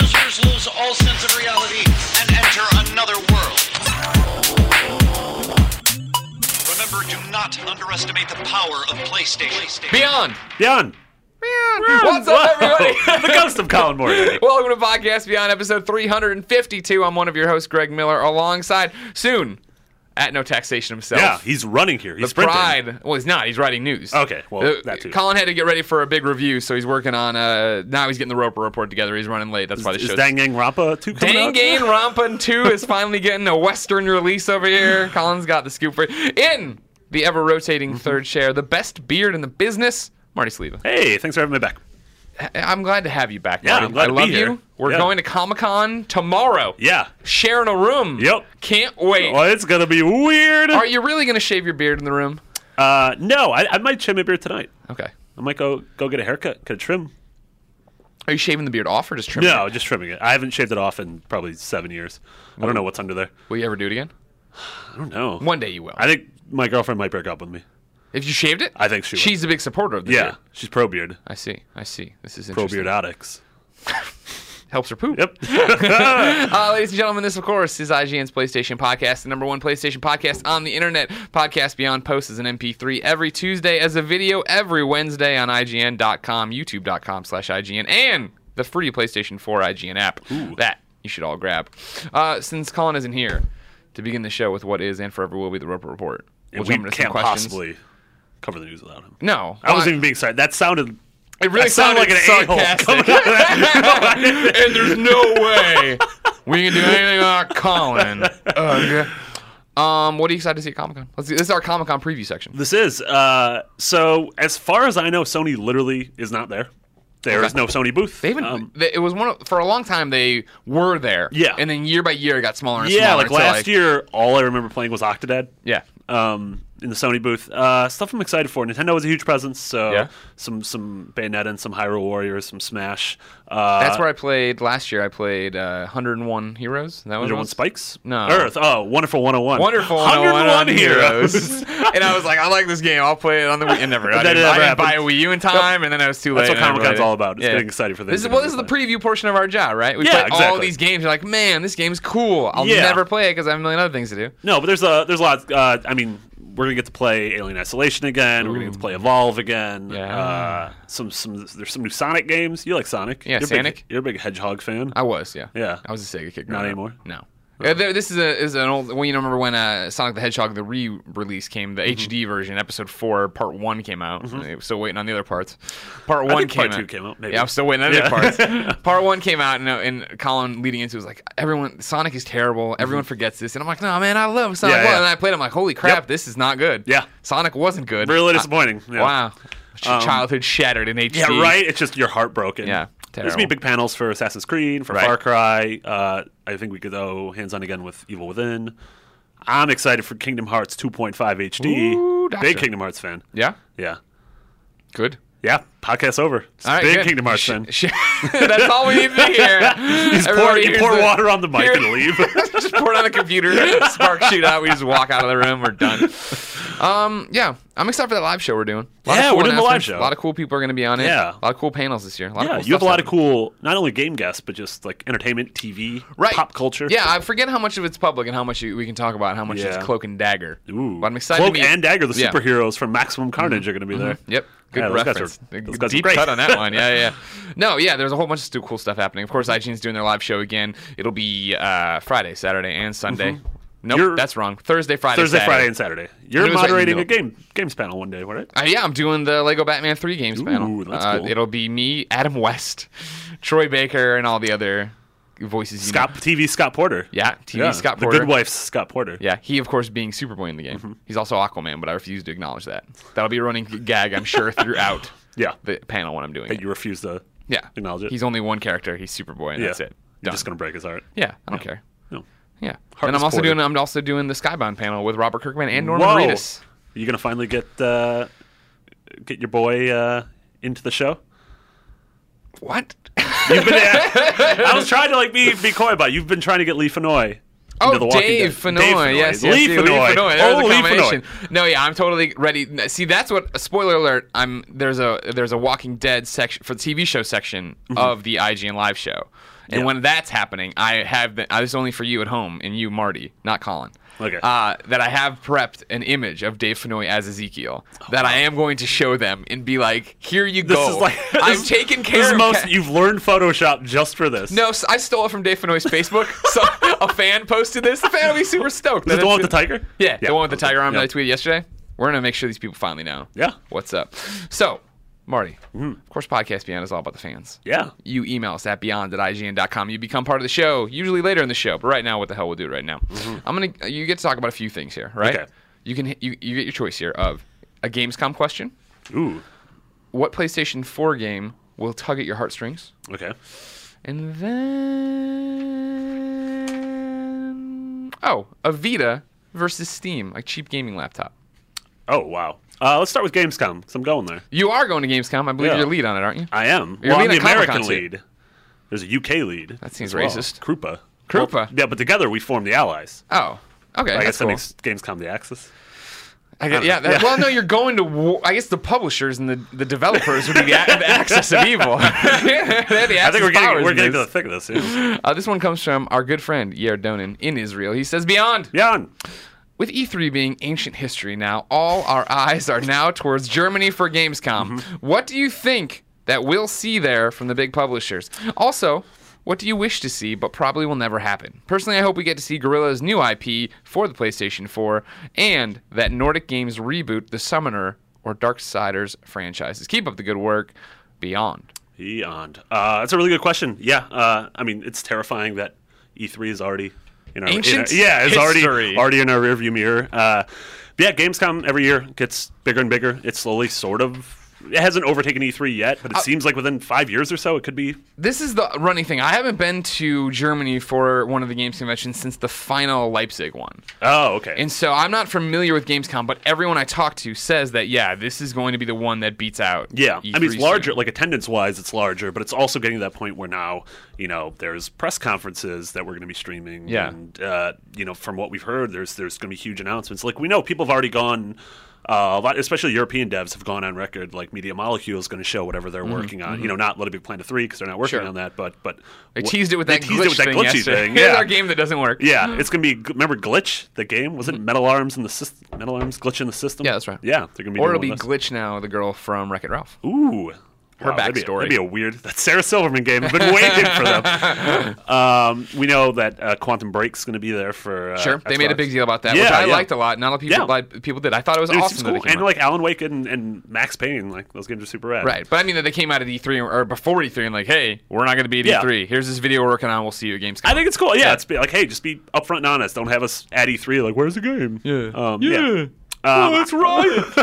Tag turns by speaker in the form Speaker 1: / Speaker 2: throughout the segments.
Speaker 1: lose all sense of reality and enter another world. Remember, do not underestimate the power of PlayStation.
Speaker 2: Beyond.
Speaker 3: Beyond.
Speaker 2: What's up, everybody?
Speaker 3: the ghost of Colin Moriarty.
Speaker 2: Welcome to Podcast Beyond, episode 352. I'm one of your hosts, Greg Miller, alongside soon at No Taxation himself.
Speaker 3: Yeah, he's running here. He's
Speaker 2: the
Speaker 3: sprinting.
Speaker 2: pride. Well, he's not. He's writing news. Uh,
Speaker 3: Okay, well, that too.
Speaker 2: Colin had to get ready for a big review, so he's working on. Uh, now he's getting the Roper report together. He's running late. That's why the
Speaker 3: Is
Speaker 2: show's
Speaker 3: Dangang Rampa too coming out?
Speaker 2: Dangan Rampan 2 is finally getting a Western release over here. Colin's got the scoop for In the ever
Speaker 3: Mm-hmm.
Speaker 2: rotating third chair, the best beard in the business, Marty Sleva.
Speaker 3: Hey, thanks for having me back.
Speaker 2: I- I'm glad to have you back,
Speaker 3: Yeah,
Speaker 2: Marty.
Speaker 3: I'm glad
Speaker 2: I
Speaker 3: to be
Speaker 2: love
Speaker 3: here.
Speaker 2: you. We're
Speaker 3: Yeah.
Speaker 2: going to Comic Con tomorrow.
Speaker 3: Yeah.
Speaker 2: Sharing a room.
Speaker 3: Yep.
Speaker 2: Can't wait.
Speaker 3: Well, it's gonna be weird.
Speaker 2: Are you really going to shave your beard in the room?
Speaker 3: Uh, no, I, I might trim my beard tonight.
Speaker 2: Okay.
Speaker 3: I might go go get a haircut, get a trim.
Speaker 2: Are you shaving the beard off or just trimming it?
Speaker 3: No, just trimming it. I haven't shaved it off in probably seven years. I don't know what's under there.
Speaker 2: Will you ever do it again?
Speaker 3: I don't know.
Speaker 2: One day you will.
Speaker 3: I think my girlfriend might break up with me.
Speaker 2: if you shaved it?
Speaker 3: I think she would.
Speaker 2: She's a big supporter of the
Speaker 3: Yeah,
Speaker 2: beard.
Speaker 3: she's pro beard,
Speaker 2: I see. I see. This is
Speaker 3: pro
Speaker 2: interesting.
Speaker 3: beardotics.
Speaker 2: Helps her poop.
Speaker 3: Yep.
Speaker 2: Uh, ladies and gentlemen, this, of course, is IGN's PlayStation Podcast, the number one PlayStation podcast on the internet. Podcast Beyond Post is an MP3 every Tuesday as a video, every Wednesday on IGN.com, YouTube.com slash IGN, and the free PlayStation 4 IGN app that you should all grab. Uh, since Colin isn't here to begin the show with what is and forever will be the Roper Report, we'll
Speaker 3: we
Speaker 2: jump into some
Speaker 3: can't
Speaker 2: questions.
Speaker 3: possibly cover the news without him.
Speaker 2: No.
Speaker 3: I wasn't even being sarcastic. That sounded.
Speaker 2: It really
Speaker 3: that sounded, like an
Speaker 2: sarcastic.
Speaker 3: a-hole. coming out of that. No, I didn't.
Speaker 2: and there's no way we can do anything without Colin. Ugh. Um, what are you excited to see at Comic Con? Let's see. This is our Comic Con preview section.
Speaker 3: This is. Uh, so, as far as I know, Sony literally is not there. There is no Sony booth.
Speaker 2: They even
Speaker 3: Um,
Speaker 2: they, it was one of, for a long time they were there.
Speaker 3: Yeah.
Speaker 2: And then year by year it got smaller and
Speaker 3: yeah,
Speaker 2: smaller.
Speaker 3: like
Speaker 2: until,
Speaker 3: last year, all I remember playing was Octodad.
Speaker 2: Yeah.
Speaker 3: um, in the Sony booth. Uh, stuff I'm excited for. Nintendo was a huge presence. So
Speaker 2: Yeah.
Speaker 3: some some Bayonetta and some Hyrule Warriors, some Smash. Uh,
Speaker 2: That's where I played last year. I played uh, 101 Heroes. That was
Speaker 3: 101
Speaker 2: one?
Speaker 3: Spikes.
Speaker 2: No.
Speaker 3: Earth. Oh, Wonderful 101.
Speaker 2: Wonderful
Speaker 3: 101, heroes.
Speaker 2: and I was like, I like this game. I'll play it on the Wii. And never, I
Speaker 3: That
Speaker 2: didn't, I
Speaker 3: never
Speaker 2: didn't buy a
Speaker 3: happened.
Speaker 2: Wii U in time, and then I was too late.
Speaker 3: That's what
Speaker 2: and I never
Speaker 3: Comic-Con's
Speaker 2: played it.
Speaker 3: all about, is getting excited for things
Speaker 2: This is
Speaker 3: that
Speaker 2: well,
Speaker 3: you
Speaker 2: this is the
Speaker 3: never
Speaker 2: preview portion of our job, right? We play
Speaker 3: Yeah,
Speaker 2: all
Speaker 3: exactly.
Speaker 2: these games. You're like, man, this game's cool. I'll
Speaker 3: Yeah.
Speaker 2: never play it because I have a million other things to do.
Speaker 3: No, but there's a there's a lot. Uh, I mean, we're gonna get to play Alien Isolation again. We're gonna get to play Evolve again.
Speaker 2: Yeah.
Speaker 3: Uh, some some there's some new Sonic games. You like Sonic?
Speaker 2: Yeah,
Speaker 3: you're a big-
Speaker 2: Sonic.
Speaker 3: you're a big Hedgehog fan.
Speaker 2: I was, yeah.
Speaker 3: Yeah.
Speaker 2: I was a Sega kid. growing
Speaker 3: Not
Speaker 2: up.
Speaker 3: anymore?
Speaker 2: No. Uh, there- this is a is an old. Well, you know, remember when uh, Sonic the Hedgehog the re-release came, the
Speaker 3: Mm-hmm.
Speaker 2: HD version, Episode Four, Part One came out. and they were still waiting on the other parts. Part One
Speaker 3: think
Speaker 2: came
Speaker 3: part
Speaker 2: out.
Speaker 3: two came out, maybe.
Speaker 2: Yeah, I'm still waiting on the other
Speaker 3: Yeah.
Speaker 2: parts. part One came out, and, uh, and Colin leading into was like, everyone, Sonic is terrible. Everyone forgets this, and I'm like, no, man, I love Sonic
Speaker 3: Mm-hmm.
Speaker 2: One,
Speaker 3: Yeah, yeah.
Speaker 2: and I played. it, I'm like, holy crap, this is not good.
Speaker 3: Yeah.
Speaker 2: Sonic wasn't good.
Speaker 3: Really
Speaker 2: I-
Speaker 3: disappointing. Yeah.
Speaker 2: Wow. Ch- Childhood shattered in HD.
Speaker 3: Yeah, right. It's just you're heartbroken.
Speaker 2: Yeah,
Speaker 3: There's gonna be
Speaker 2: terrible.
Speaker 3: big panels for Assassin's Creed, for
Speaker 2: Right.
Speaker 3: Far Cry. Uh, I think we could go hands on again with Evil Within. I'm excited for Kingdom Hearts 2.5 HD.
Speaker 2: Ooh, doctor.
Speaker 3: big Kingdom Hearts fan.
Speaker 2: Yeah.
Speaker 3: Yeah,
Speaker 2: Good.
Speaker 3: yeah. Podcast over.
Speaker 2: All right,
Speaker 3: big
Speaker 2: good.
Speaker 3: Kingdom Hearts
Speaker 2: Sh-
Speaker 3: fan.
Speaker 2: sh- that's all we need to hear.
Speaker 3: Just pour,
Speaker 2: Everybody
Speaker 3: you
Speaker 2: hears
Speaker 3: pour
Speaker 2: the-
Speaker 3: water on the mic
Speaker 2: here-
Speaker 3: and leave.
Speaker 2: just pour it on the computer. Sparks shoot out. We just walk out of the room. We're done. Um, yeah, I'm excited for that live show we're doing. A lot of
Speaker 3: Yeah,
Speaker 2: cool
Speaker 3: we're doing the live
Speaker 2: announcements.
Speaker 3: show.
Speaker 2: A lot of cool people are going to be on it.
Speaker 3: Yeah.
Speaker 2: a lot of cool panels this year. A lot of
Speaker 3: yeah,
Speaker 2: cool
Speaker 3: you have a
Speaker 2: stuff
Speaker 3: lot of
Speaker 2: happening.
Speaker 3: cool, not only game guests, but just like entertainment, TV,
Speaker 2: Right.
Speaker 3: pop culture.
Speaker 2: Yeah, I forget how much of it's public and how much you, we can talk about and how much
Speaker 3: Yeah.
Speaker 2: is cloak and dagger.
Speaker 3: Ooh.
Speaker 2: But I'm excited.
Speaker 3: Cloak
Speaker 2: to be,
Speaker 3: and Dagger, the
Speaker 2: Yeah. Mm-hmm.
Speaker 3: superheroes from Maximum Carnage, are going to be there.
Speaker 2: Yep. Good
Speaker 3: Yeah, those guys
Speaker 2: reference.
Speaker 3: are- those
Speaker 2: Good
Speaker 3: guys are
Speaker 2: Deep
Speaker 3: great.
Speaker 2: cut on that one. Yeah, yeah. No, yeah. There's a whole bunch of stu- cool stuff happening. Of course, IGN's doing their live show again. It'll be uh, Friday, Saturday, and Sunday. Nope,
Speaker 3: Mm-hmm. You're-
Speaker 2: that's wrong. Thursday, Friday,
Speaker 3: Thursday,
Speaker 2: Saturday.
Speaker 3: Friday, and Saturday. You're
Speaker 2: It was right in the
Speaker 3: moderating a
Speaker 2: middle.
Speaker 3: game games panel one day, right?
Speaker 2: Uh, yeah, I'm doing the Lego Batman 3 games panel.
Speaker 3: Ooh, that's
Speaker 2: uh,
Speaker 3: cool.
Speaker 2: It'll be me, Adam West, Troy Baker, and all the other voices. You
Speaker 3: Scott
Speaker 2: know.
Speaker 3: TV Scott Porter.
Speaker 2: Yeah, TV Scott Porter.
Speaker 3: The Good Mm-hmm. Wife's Scott Porter.
Speaker 2: Yeah, he of course being Superboy in the game. He's also Aquaman, but I refuse to acknowledge that. That'll be a running gag, I'm sure, throughout
Speaker 3: Yeah.
Speaker 2: the panel when I'm doing
Speaker 3: But
Speaker 2: it.
Speaker 3: you refuse to
Speaker 2: Yeah,
Speaker 3: acknowledge it.
Speaker 2: He's only one character. He's Superboy, and
Speaker 3: yeah.
Speaker 2: that's it.
Speaker 3: You're
Speaker 2: Done.
Speaker 3: just gonna break his heart.
Speaker 2: Yeah, I don't care.
Speaker 3: No.
Speaker 2: Yeah. and
Speaker 3: Heartless
Speaker 2: I'm also
Speaker 3: Porter.
Speaker 2: doing I'm also doing the Skybound panel with Robert Kirkman and Norman
Speaker 3: Whoa.
Speaker 2: Reedus.
Speaker 3: Are you gonna finally get uh, get your boy uh, into the show?
Speaker 2: What?
Speaker 3: You've been, I was trying to like be be coy about. it. You've been trying to get Lee Fenoy.
Speaker 2: Oh,
Speaker 3: into the Walking
Speaker 2: Dave
Speaker 3: Dead.
Speaker 2: Fenoy. Yes, yes,
Speaker 3: Lee
Speaker 2: yeah,
Speaker 3: Fenoy.
Speaker 2: There's
Speaker 3: Oh,
Speaker 2: a
Speaker 3: Lee
Speaker 2: combination.
Speaker 3: Fenoy.
Speaker 2: No, yeah, I'm totally ready. See, that's what. Spoiler alert. I'm there's a there's a Walking Dead section for the TV show section of the IGN live show, And
Speaker 3: Mm-hmm. Yeah.
Speaker 2: when that's happening, I have been. I this is only for you at home and you, Marty, not Colin.
Speaker 3: Okay.
Speaker 2: Uh, that I have prepped an image of Dave Fenoy as Ezekiel that I am going to show them and be like, "Here you
Speaker 3: Oh, This
Speaker 2: go.
Speaker 3: is like
Speaker 2: I've
Speaker 3: this-
Speaker 2: taken Oh. care
Speaker 3: This is
Speaker 2: of
Speaker 3: most
Speaker 2: ca-
Speaker 3: you've learned Photoshop just for this.
Speaker 2: no, s- I stole it from Dave Fenoy's Facebook. so a fan posted this. The fan will be super stoked.
Speaker 3: Is it
Speaker 2: that
Speaker 3: the one
Speaker 2: it's
Speaker 3: with the
Speaker 2: gonna-
Speaker 3: tiger?
Speaker 2: Yeah, the one with the tiger arm
Speaker 3: Yeah.
Speaker 2: that I tweeted yesterday. We're gonna make sure these people finally know.
Speaker 3: Yeah. Mm-hmm.
Speaker 2: What's up? So, Marty, of course, Podcast Beyond is all about the fans.
Speaker 3: Yeah.
Speaker 2: You email us at beyond at IGN.com. You become part of the show, usually later in the show, but right now, what the hell we'll do right now. I'm going to, you get to talk about a few things here, right?
Speaker 3: Mm-hmm. Okay.
Speaker 2: You can, you, you get your choice here of a Gamescom question.
Speaker 3: Ooh.
Speaker 2: What PlayStation 4 game will tug at your heartstrings?
Speaker 3: Okay.
Speaker 2: And then, oh, a Vita versus Steam, like cheap gaming laptop.
Speaker 3: Oh wow. Uh, let's start with Gamescom. Cause I'm going there.
Speaker 2: You are going to Gamescom. I believe
Speaker 3: Yeah.
Speaker 2: you're lead on it, aren't you?
Speaker 3: I am.
Speaker 2: You're
Speaker 3: well, I'm
Speaker 2: leading
Speaker 3: the
Speaker 2: a Comic-Con
Speaker 3: American
Speaker 2: suit.
Speaker 3: lead. There's a UK lead.
Speaker 2: That seems
Speaker 3: as well.
Speaker 2: racist.
Speaker 3: Krupa.
Speaker 2: Krupa.
Speaker 3: Well, yeah, but together we form the Allies.
Speaker 2: Oh, okay.
Speaker 3: I
Speaker 2: that's
Speaker 3: guess
Speaker 2: cool.
Speaker 3: that makes Gamescom the Axis.
Speaker 2: I guess, yeah, that,
Speaker 3: Yeah.
Speaker 2: Well, no, you're going to. War, I guess the publishers and the, the developers would be the, a- the axis of evil. They're the
Speaker 3: I think we're getting
Speaker 2: powers
Speaker 3: we're
Speaker 2: in
Speaker 3: getting to the
Speaker 2: this.
Speaker 3: thick of this. Yeah.
Speaker 2: Uh, this one comes from our good friend Yair Donin in Israel. He says, "Beyond
Speaker 3: Jan.
Speaker 2: with E3 being ancient history now, all our eyes are now towards Germany for Gamescom. What do you think that we'll see there from the big publishers? Also." What do you wish to see, but probably will never happen? Personally, I hope we get to see Gorilla's new IP for the PlayStation 4 and that Nordic Games reboot the Summoner or Darksiders franchises. Keep up the good work. Beyond.
Speaker 3: Beyond. Uh, that's a really good question. Yeah. Uh, I mean, it's terrifying that E3 is already in our in
Speaker 2: Ancient
Speaker 3: our- yeah, it's
Speaker 2: history.
Speaker 3: already already in our rearview mirror. Uh, but yeah, Gamescom every year gets bigger and bigger. It's slowly sort of. It hasn't overtaken E3 yet,
Speaker 2: Uh,
Speaker 3: but it seems like within five years or so, it could be.
Speaker 2: This is the running thing. I haven't been to Germany for one of the games conventions since the final Leipzig one.
Speaker 3: Oh, okay.
Speaker 2: And so I'm not familiar with Gamescom, but everyone I talk to says that yeah, this is going to be the one that beats out.
Speaker 3: yeah, I mean
Speaker 2: E3
Speaker 3: it's larger,
Speaker 2: soon.
Speaker 3: like attendance-wise, it's larger, but it's also getting to that point where now, you know, there's press conferences that we're going to be streaming,
Speaker 2: Yeah.
Speaker 3: and uh, you know, from what we've heard, there's there's going to be huge announcements. Like we know, people have already gone. Uh, a lot, especially European devs have gone on record. Like Media Molecule is going to show whatever they're working on. You know, not Let It Be Planet Three because they're not working
Speaker 2: Mm-hmm, Sure.
Speaker 3: on that. But but
Speaker 2: they
Speaker 3: wh-
Speaker 2: teased it with
Speaker 3: they
Speaker 2: that
Speaker 3: teased
Speaker 2: glitch
Speaker 3: it with that
Speaker 2: thing
Speaker 3: glitchy
Speaker 2: yesterday. mm-hmm.
Speaker 3: thing.
Speaker 2: Here's
Speaker 3: Yeah,
Speaker 2: our game that doesn't work.
Speaker 3: yeah, it's gonna be. Remember Glitch, the game? Was it Metal Arms in the system? Metal Arms glitch in the system.
Speaker 2: Mm-hmm. Yeah, that's right.
Speaker 3: Yeah, they're gonna be.
Speaker 2: Or it'll
Speaker 3: doing
Speaker 2: be
Speaker 3: one of those.
Speaker 2: glitch now, the girl from Wreck It Ralph.
Speaker 3: Ooh.
Speaker 2: Her
Speaker 3: that'd be-
Speaker 2: backstory.
Speaker 3: That'd be, a weird. That Sarah Silverman game. I've been waiting for them. Um, we know that uh, Quantum Break's going to be there for. Uh,
Speaker 2: Sure, they made a
Speaker 3: Xbox.
Speaker 2: big deal about that, which
Speaker 3: Yeah,
Speaker 2: I
Speaker 3: yeah.
Speaker 2: liked a lot. Not a lot of people
Speaker 3: Yeah.
Speaker 2: like, people did. I thought it was
Speaker 3: Dude, it's
Speaker 2: awesome. that it
Speaker 3: cool.
Speaker 2: came
Speaker 3: And
Speaker 2: out.
Speaker 3: like Alan Wake and, and Max Payne, like those games are super rad.
Speaker 2: right, but I mean that they came out at E3 or- or before E3 and like, hey, we're not going to be at
Speaker 3: Yeah.
Speaker 2: E3. Here's this video we're working on. We'll see you at Gamescom.
Speaker 3: I think it's cool. Yeah, it's be like, hey, just be upfront and honest. Don't have us at E3 like, where's the game?
Speaker 2: Yeah.
Speaker 3: Um,
Speaker 2: Yeah.
Speaker 3: yeah.
Speaker 2: oh,
Speaker 3: Um,
Speaker 2: that's right.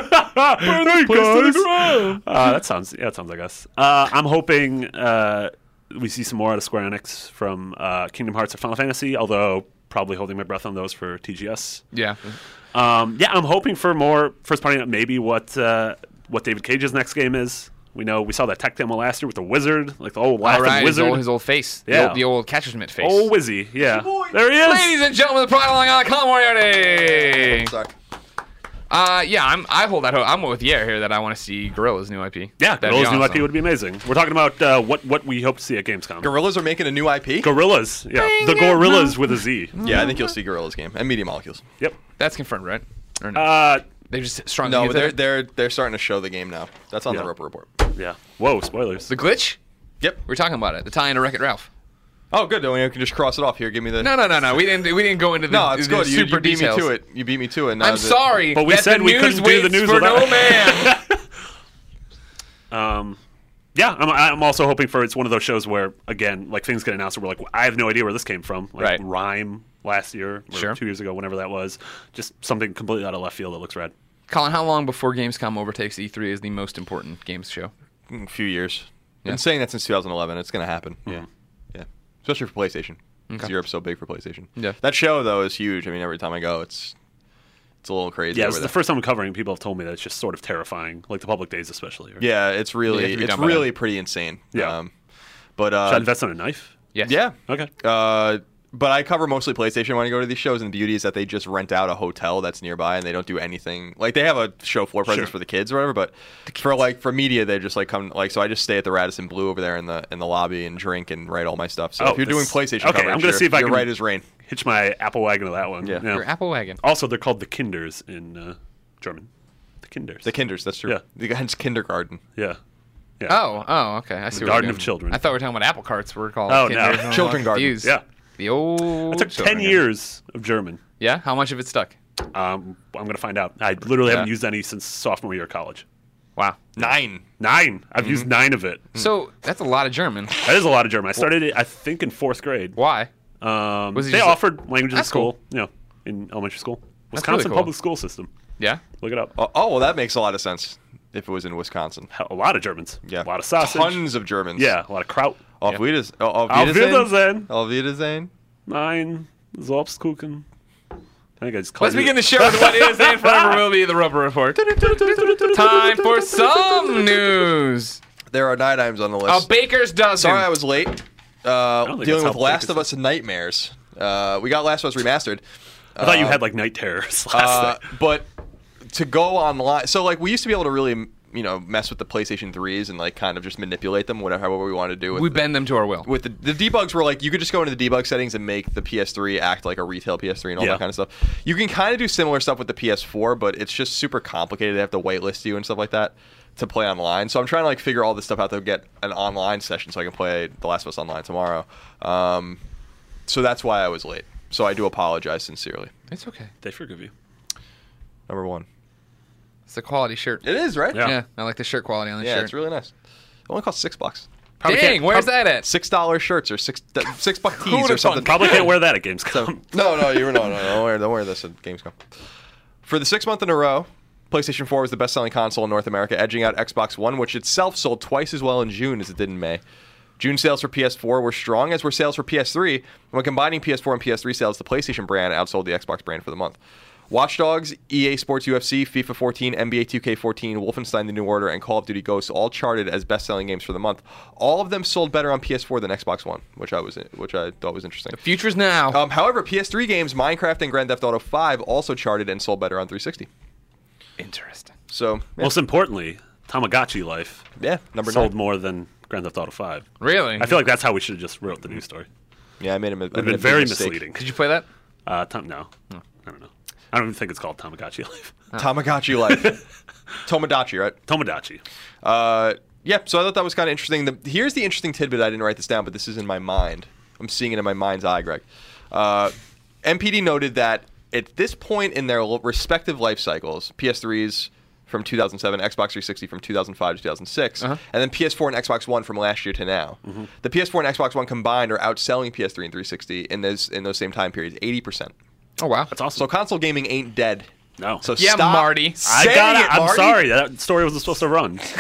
Speaker 3: hey
Speaker 2: place to the
Speaker 3: guys.
Speaker 2: ground.
Speaker 3: Uh, that sounds yeah, that sounds like us. Uh, I'm hoping uh, we see some more out of Square Enix from uh, Kingdom Hearts or Final Fantasy, although probably holding my breath on those for TGS.
Speaker 2: yeah,
Speaker 3: Um, yeah, I'm hoping for more first party. Maybe what uh, what David Cage's next game is. We know we saw that tech demo last year with the wizard, like the old
Speaker 2: all
Speaker 3: laughing
Speaker 2: right. His
Speaker 3: wizard.
Speaker 2: old, his old face, the
Speaker 3: Yeah.
Speaker 2: old, the old catcher's mitt face.
Speaker 3: Oh, Wizzy, yeah. There he is.
Speaker 2: Ladies and gentlemen, the pride along on Colin Moriarty.
Speaker 4: Sorry.
Speaker 2: Uh, yeah, I'm. I hold that. Hope. I'm with Yair here that I want to see Gorilla's new IP.
Speaker 3: Yeah,
Speaker 2: That'd be
Speaker 3: Gorilla's new
Speaker 2: awesome.
Speaker 3: IP would be amazing. We're talking about uh, what what we hope to see at Gamescom.
Speaker 4: Gorillas are making a new IP.
Speaker 3: gorillas, yeah, the gorillas with a Z.
Speaker 4: yeah, I think you'll see Gorillas game and Media Molecules.
Speaker 3: Yep.
Speaker 2: That's confirmed, right? Or no?
Speaker 3: Uh,
Speaker 2: they just strong.
Speaker 4: No, but they're they're they're starting to show the game now. That's on
Speaker 3: Yeah.
Speaker 4: the Roper Report.
Speaker 3: yeah. Whoa, spoilers.
Speaker 2: the glitch.
Speaker 4: Yep.
Speaker 2: We're talking about it. The tie into Wreck It Ralph.
Speaker 4: Oh, good. Then we can just cross it off here. Give me the.
Speaker 2: No, no, no, no. We didn't. We didn't go into the,
Speaker 4: No, it's
Speaker 2: the
Speaker 4: good. You, you
Speaker 2: super
Speaker 4: beat
Speaker 2: details.
Speaker 4: me to it. You beat me to it. Now
Speaker 2: I'm
Speaker 4: that-
Speaker 2: sorry,
Speaker 3: But we
Speaker 2: that
Speaker 3: said
Speaker 2: the
Speaker 3: we
Speaker 2: news
Speaker 3: couldn't do the
Speaker 2: waits
Speaker 3: news
Speaker 2: for no
Speaker 3: without-
Speaker 2: man.
Speaker 3: Yeah, I'm, I'm also hoping for it's one of those shows where again, like things get announced, and we're like, I have no idea where this came from. Like
Speaker 2: Right.
Speaker 3: Rhyme last year, or
Speaker 2: Sure.
Speaker 3: two years ago, whenever that was, just something completely out of left field that looks rad.
Speaker 2: Colin, how long before Gamescom overtakes E3 is the most important games show?
Speaker 4: Mm, few years.
Speaker 2: Yeah.
Speaker 4: Been saying that since 2011. It's gonna happen. Yeah. Yeah. Especially for PlayStation. 'Cause Europe's so big for PlayStation.
Speaker 2: Yeah.
Speaker 4: That show though is huge. I mean, every time I go, it's it's a little crazy.
Speaker 3: Yeah,
Speaker 4: over
Speaker 3: this is the
Speaker 4: there.
Speaker 3: first time I'm covering. People have told me that it's just sort of terrifying, like the public days especially. Right?
Speaker 4: Yeah, it's
Speaker 2: You have
Speaker 4: really
Speaker 2: to be
Speaker 4: it's
Speaker 2: done by then.
Speaker 4: really pretty insane. Um,
Speaker 3: Yeah.
Speaker 4: but
Speaker 3: Should I
Speaker 4: uh,
Speaker 3: invest in a knife?
Speaker 2: Yes.
Speaker 4: yeah.
Speaker 3: Okay.
Speaker 4: Uh, but I cover mostly PlayStation when I go to these shows, and the beauty is that they just rent out a hotel that's nearby, and they don't do anything. Like they have a show floor presence
Speaker 3: Sure.
Speaker 4: for the kids or whatever, but for like for media, they just like come like. So I just stay at the Radisson Blue over there in the in the lobby and drink and write all my stuff. So
Speaker 3: Oh,
Speaker 4: if you're doing
Speaker 3: this-
Speaker 4: PlayStation,
Speaker 3: okay,
Speaker 4: coverage,
Speaker 3: I'm gonna
Speaker 4: you're-
Speaker 3: see if I
Speaker 4: you're
Speaker 3: can-
Speaker 4: right as rain.
Speaker 3: Hitch my apple wagon to that one.
Speaker 4: Yeah.
Speaker 2: Your Apple Wagon.
Speaker 3: Also, they're called the Kinders in uh, German. The Kinders.
Speaker 4: The Kinders, that's true.
Speaker 3: Yeah.
Speaker 4: The hence kindergarten.
Speaker 3: yeah. Yeah.
Speaker 2: Oh, oh, okay. I see. what you're
Speaker 3: Garden of
Speaker 2: doing.
Speaker 3: Children.
Speaker 2: I thought we were talking about apple carts. We're called.
Speaker 3: Oh, no.
Speaker 2: Kinders. I'm all
Speaker 4: Children garden.
Speaker 2: confused.
Speaker 3: Yeah.
Speaker 2: The old.
Speaker 3: It took
Speaker 2: children
Speaker 3: ten
Speaker 2: garden.
Speaker 3: years of German.
Speaker 2: Yeah. How much of it stuck?
Speaker 3: Um, I'm gonna find out. I literally haven't
Speaker 2: Yeah.
Speaker 3: used any since sophomore year of college.
Speaker 2: Wow. Hmm.
Speaker 4: Nine.
Speaker 3: Nine. I've used
Speaker 2: Mm-hmm.
Speaker 3: nine of it.
Speaker 2: So that's a lot of German.
Speaker 3: That is a lot of German. I started it, I think, in fourth grade.
Speaker 2: Why?
Speaker 3: Um,
Speaker 2: Was it
Speaker 3: they
Speaker 2: just a-
Speaker 3: offered languages in
Speaker 2: That's
Speaker 3: school.
Speaker 2: cool.
Speaker 3: Yeah, in elementary school,
Speaker 2: That's
Speaker 3: Wisconsin
Speaker 2: really cool.
Speaker 3: public school system.
Speaker 2: Yeah.
Speaker 3: Look it up.
Speaker 4: Oh, oh, well, that makes a lot of sense if it was in Wisconsin.
Speaker 3: Hell, A lot of Germans.
Speaker 4: Yeah.
Speaker 3: A lot of sausage.
Speaker 4: Tons of Germans. oh,
Speaker 3: Yeah. A lot of kraut.
Speaker 4: Auf Wiedersehen. Auf
Speaker 3: Auf
Speaker 4: Wiedersehen.
Speaker 3: Wiedersehen.
Speaker 4: Auf Wiedersehen.
Speaker 3: Nine. Zopskuchen. I think I just called
Speaker 2: Let's begin the show with what is and forever will be the Rubber Report. Time for some news.
Speaker 4: There are nine items on the
Speaker 2: A
Speaker 4: list.
Speaker 2: baker's dozen.
Speaker 4: Sorry I was late. Uh,
Speaker 3: don't think
Speaker 4: dealing
Speaker 3: that's
Speaker 4: with
Speaker 3: how
Speaker 4: Last
Speaker 3: big
Speaker 4: of
Speaker 3: it's-
Speaker 4: Us Nightmares. Uh, we got Last of Us Remastered.
Speaker 3: I thought you had like night terrors last
Speaker 4: Uh,
Speaker 3: night.
Speaker 4: but to go online, so like we used to be able to really, you know, mess with the PlayStation 3s and like kind of just manipulate them, whatever however we wanted to do. With
Speaker 2: We
Speaker 4: the-
Speaker 2: bend them to our will.
Speaker 4: with the, the debugs were like you could just go into the debug settings and make the PS3 act like a retail PS3 and all
Speaker 3: Yeah.
Speaker 4: that kind of stuff. You can kind of do similar stuff with the PS4, but it's just super complicated. They have to whitelist you and stuff like that to play online. So I'm trying to like figure all this stuff out to get an online session so I can play The Last of Us online tomorrow. Um, so that's why I was late. So I do apologize sincerely.
Speaker 2: It's okay.
Speaker 3: They forgive you.
Speaker 4: Number one,
Speaker 2: It's a quality shirt.
Speaker 4: it is right.
Speaker 3: Yeah.
Speaker 2: Yeah, I like the shirt quality on the
Speaker 4: Yeah,
Speaker 2: shirt.
Speaker 4: it's really nice. It only costs six bucks.
Speaker 2: Dang, where's that at?
Speaker 4: Six dollar shirts or six six buck tees or
Speaker 2: would've
Speaker 4: something.
Speaker 3: Probably can't wear that at Gamescom.
Speaker 4: no, no, you were no, no, no, don't wear, don't wear this at Gamescom. For the sixth month in a row, PlayStation 4 was the best-selling console in North America, edging out Xbox One, which itself sold twice as well in June as it did in May. June sales for PS4 were strong, as were sales for PS3. And when combining PS4 and PS3 sales, the PlayStation brand outsold the Xbox brand for the month. Watch Dogs, EA Sports UFC, FIFA 14, NBA 2K14, Wolfenstein The New Order, and Call of Duty Ghosts all charted as best-selling games for the month. All of them sold better on PS4 than Xbox One, which I was which I thought was interesting.
Speaker 2: Futures now.
Speaker 4: Um, however, PS3 games Minecraft and Grand Theft Auto 5 also charted and sold better on 360.
Speaker 2: Interesting.
Speaker 4: So, yeah,
Speaker 3: Most importantly, Tamagotchi Life
Speaker 4: yeah, number
Speaker 3: sold
Speaker 4: nine.
Speaker 3: more than Grand Theft Auto Five.
Speaker 2: Really?
Speaker 3: I feel like that's how we should have just wrote the news story.
Speaker 4: Yeah, I made him.
Speaker 3: It'd been very misleading.
Speaker 2: Did you play that?
Speaker 3: Uh, Tom, no, I don't know. I don't even think it's called Tamagotchi Life.
Speaker 4: Tamagotchi life. Tomodachi, right?
Speaker 3: Tomodachi.
Speaker 4: Uh, yeah. So I thought that was kind of interesting. The, here's the interesting tidbit. I didn't write this down, but this is in my mind. I'm seeing it in my mind's eye, Greg. Uh, MPD noted that at this point in their l- respective life cycles, PS3s from 2007, Xbox 360 from 2005 to 2006, and then PS4 and Xbox One from last year to now. The PS4 and Xbox One combined are outselling PS3 and 360 in those in those same time periods, 80 percent.
Speaker 2: Oh wow.
Speaker 3: That's awesome.
Speaker 4: So console gaming ain't dead.
Speaker 3: no.
Speaker 4: So
Speaker 2: Yeah,
Speaker 4: stop
Speaker 2: Marty.
Speaker 3: I
Speaker 4: saying
Speaker 3: got.
Speaker 4: it,
Speaker 3: I'm
Speaker 4: Marty.
Speaker 3: sorry. That story wasn't supposed to run.
Speaker 2: It's,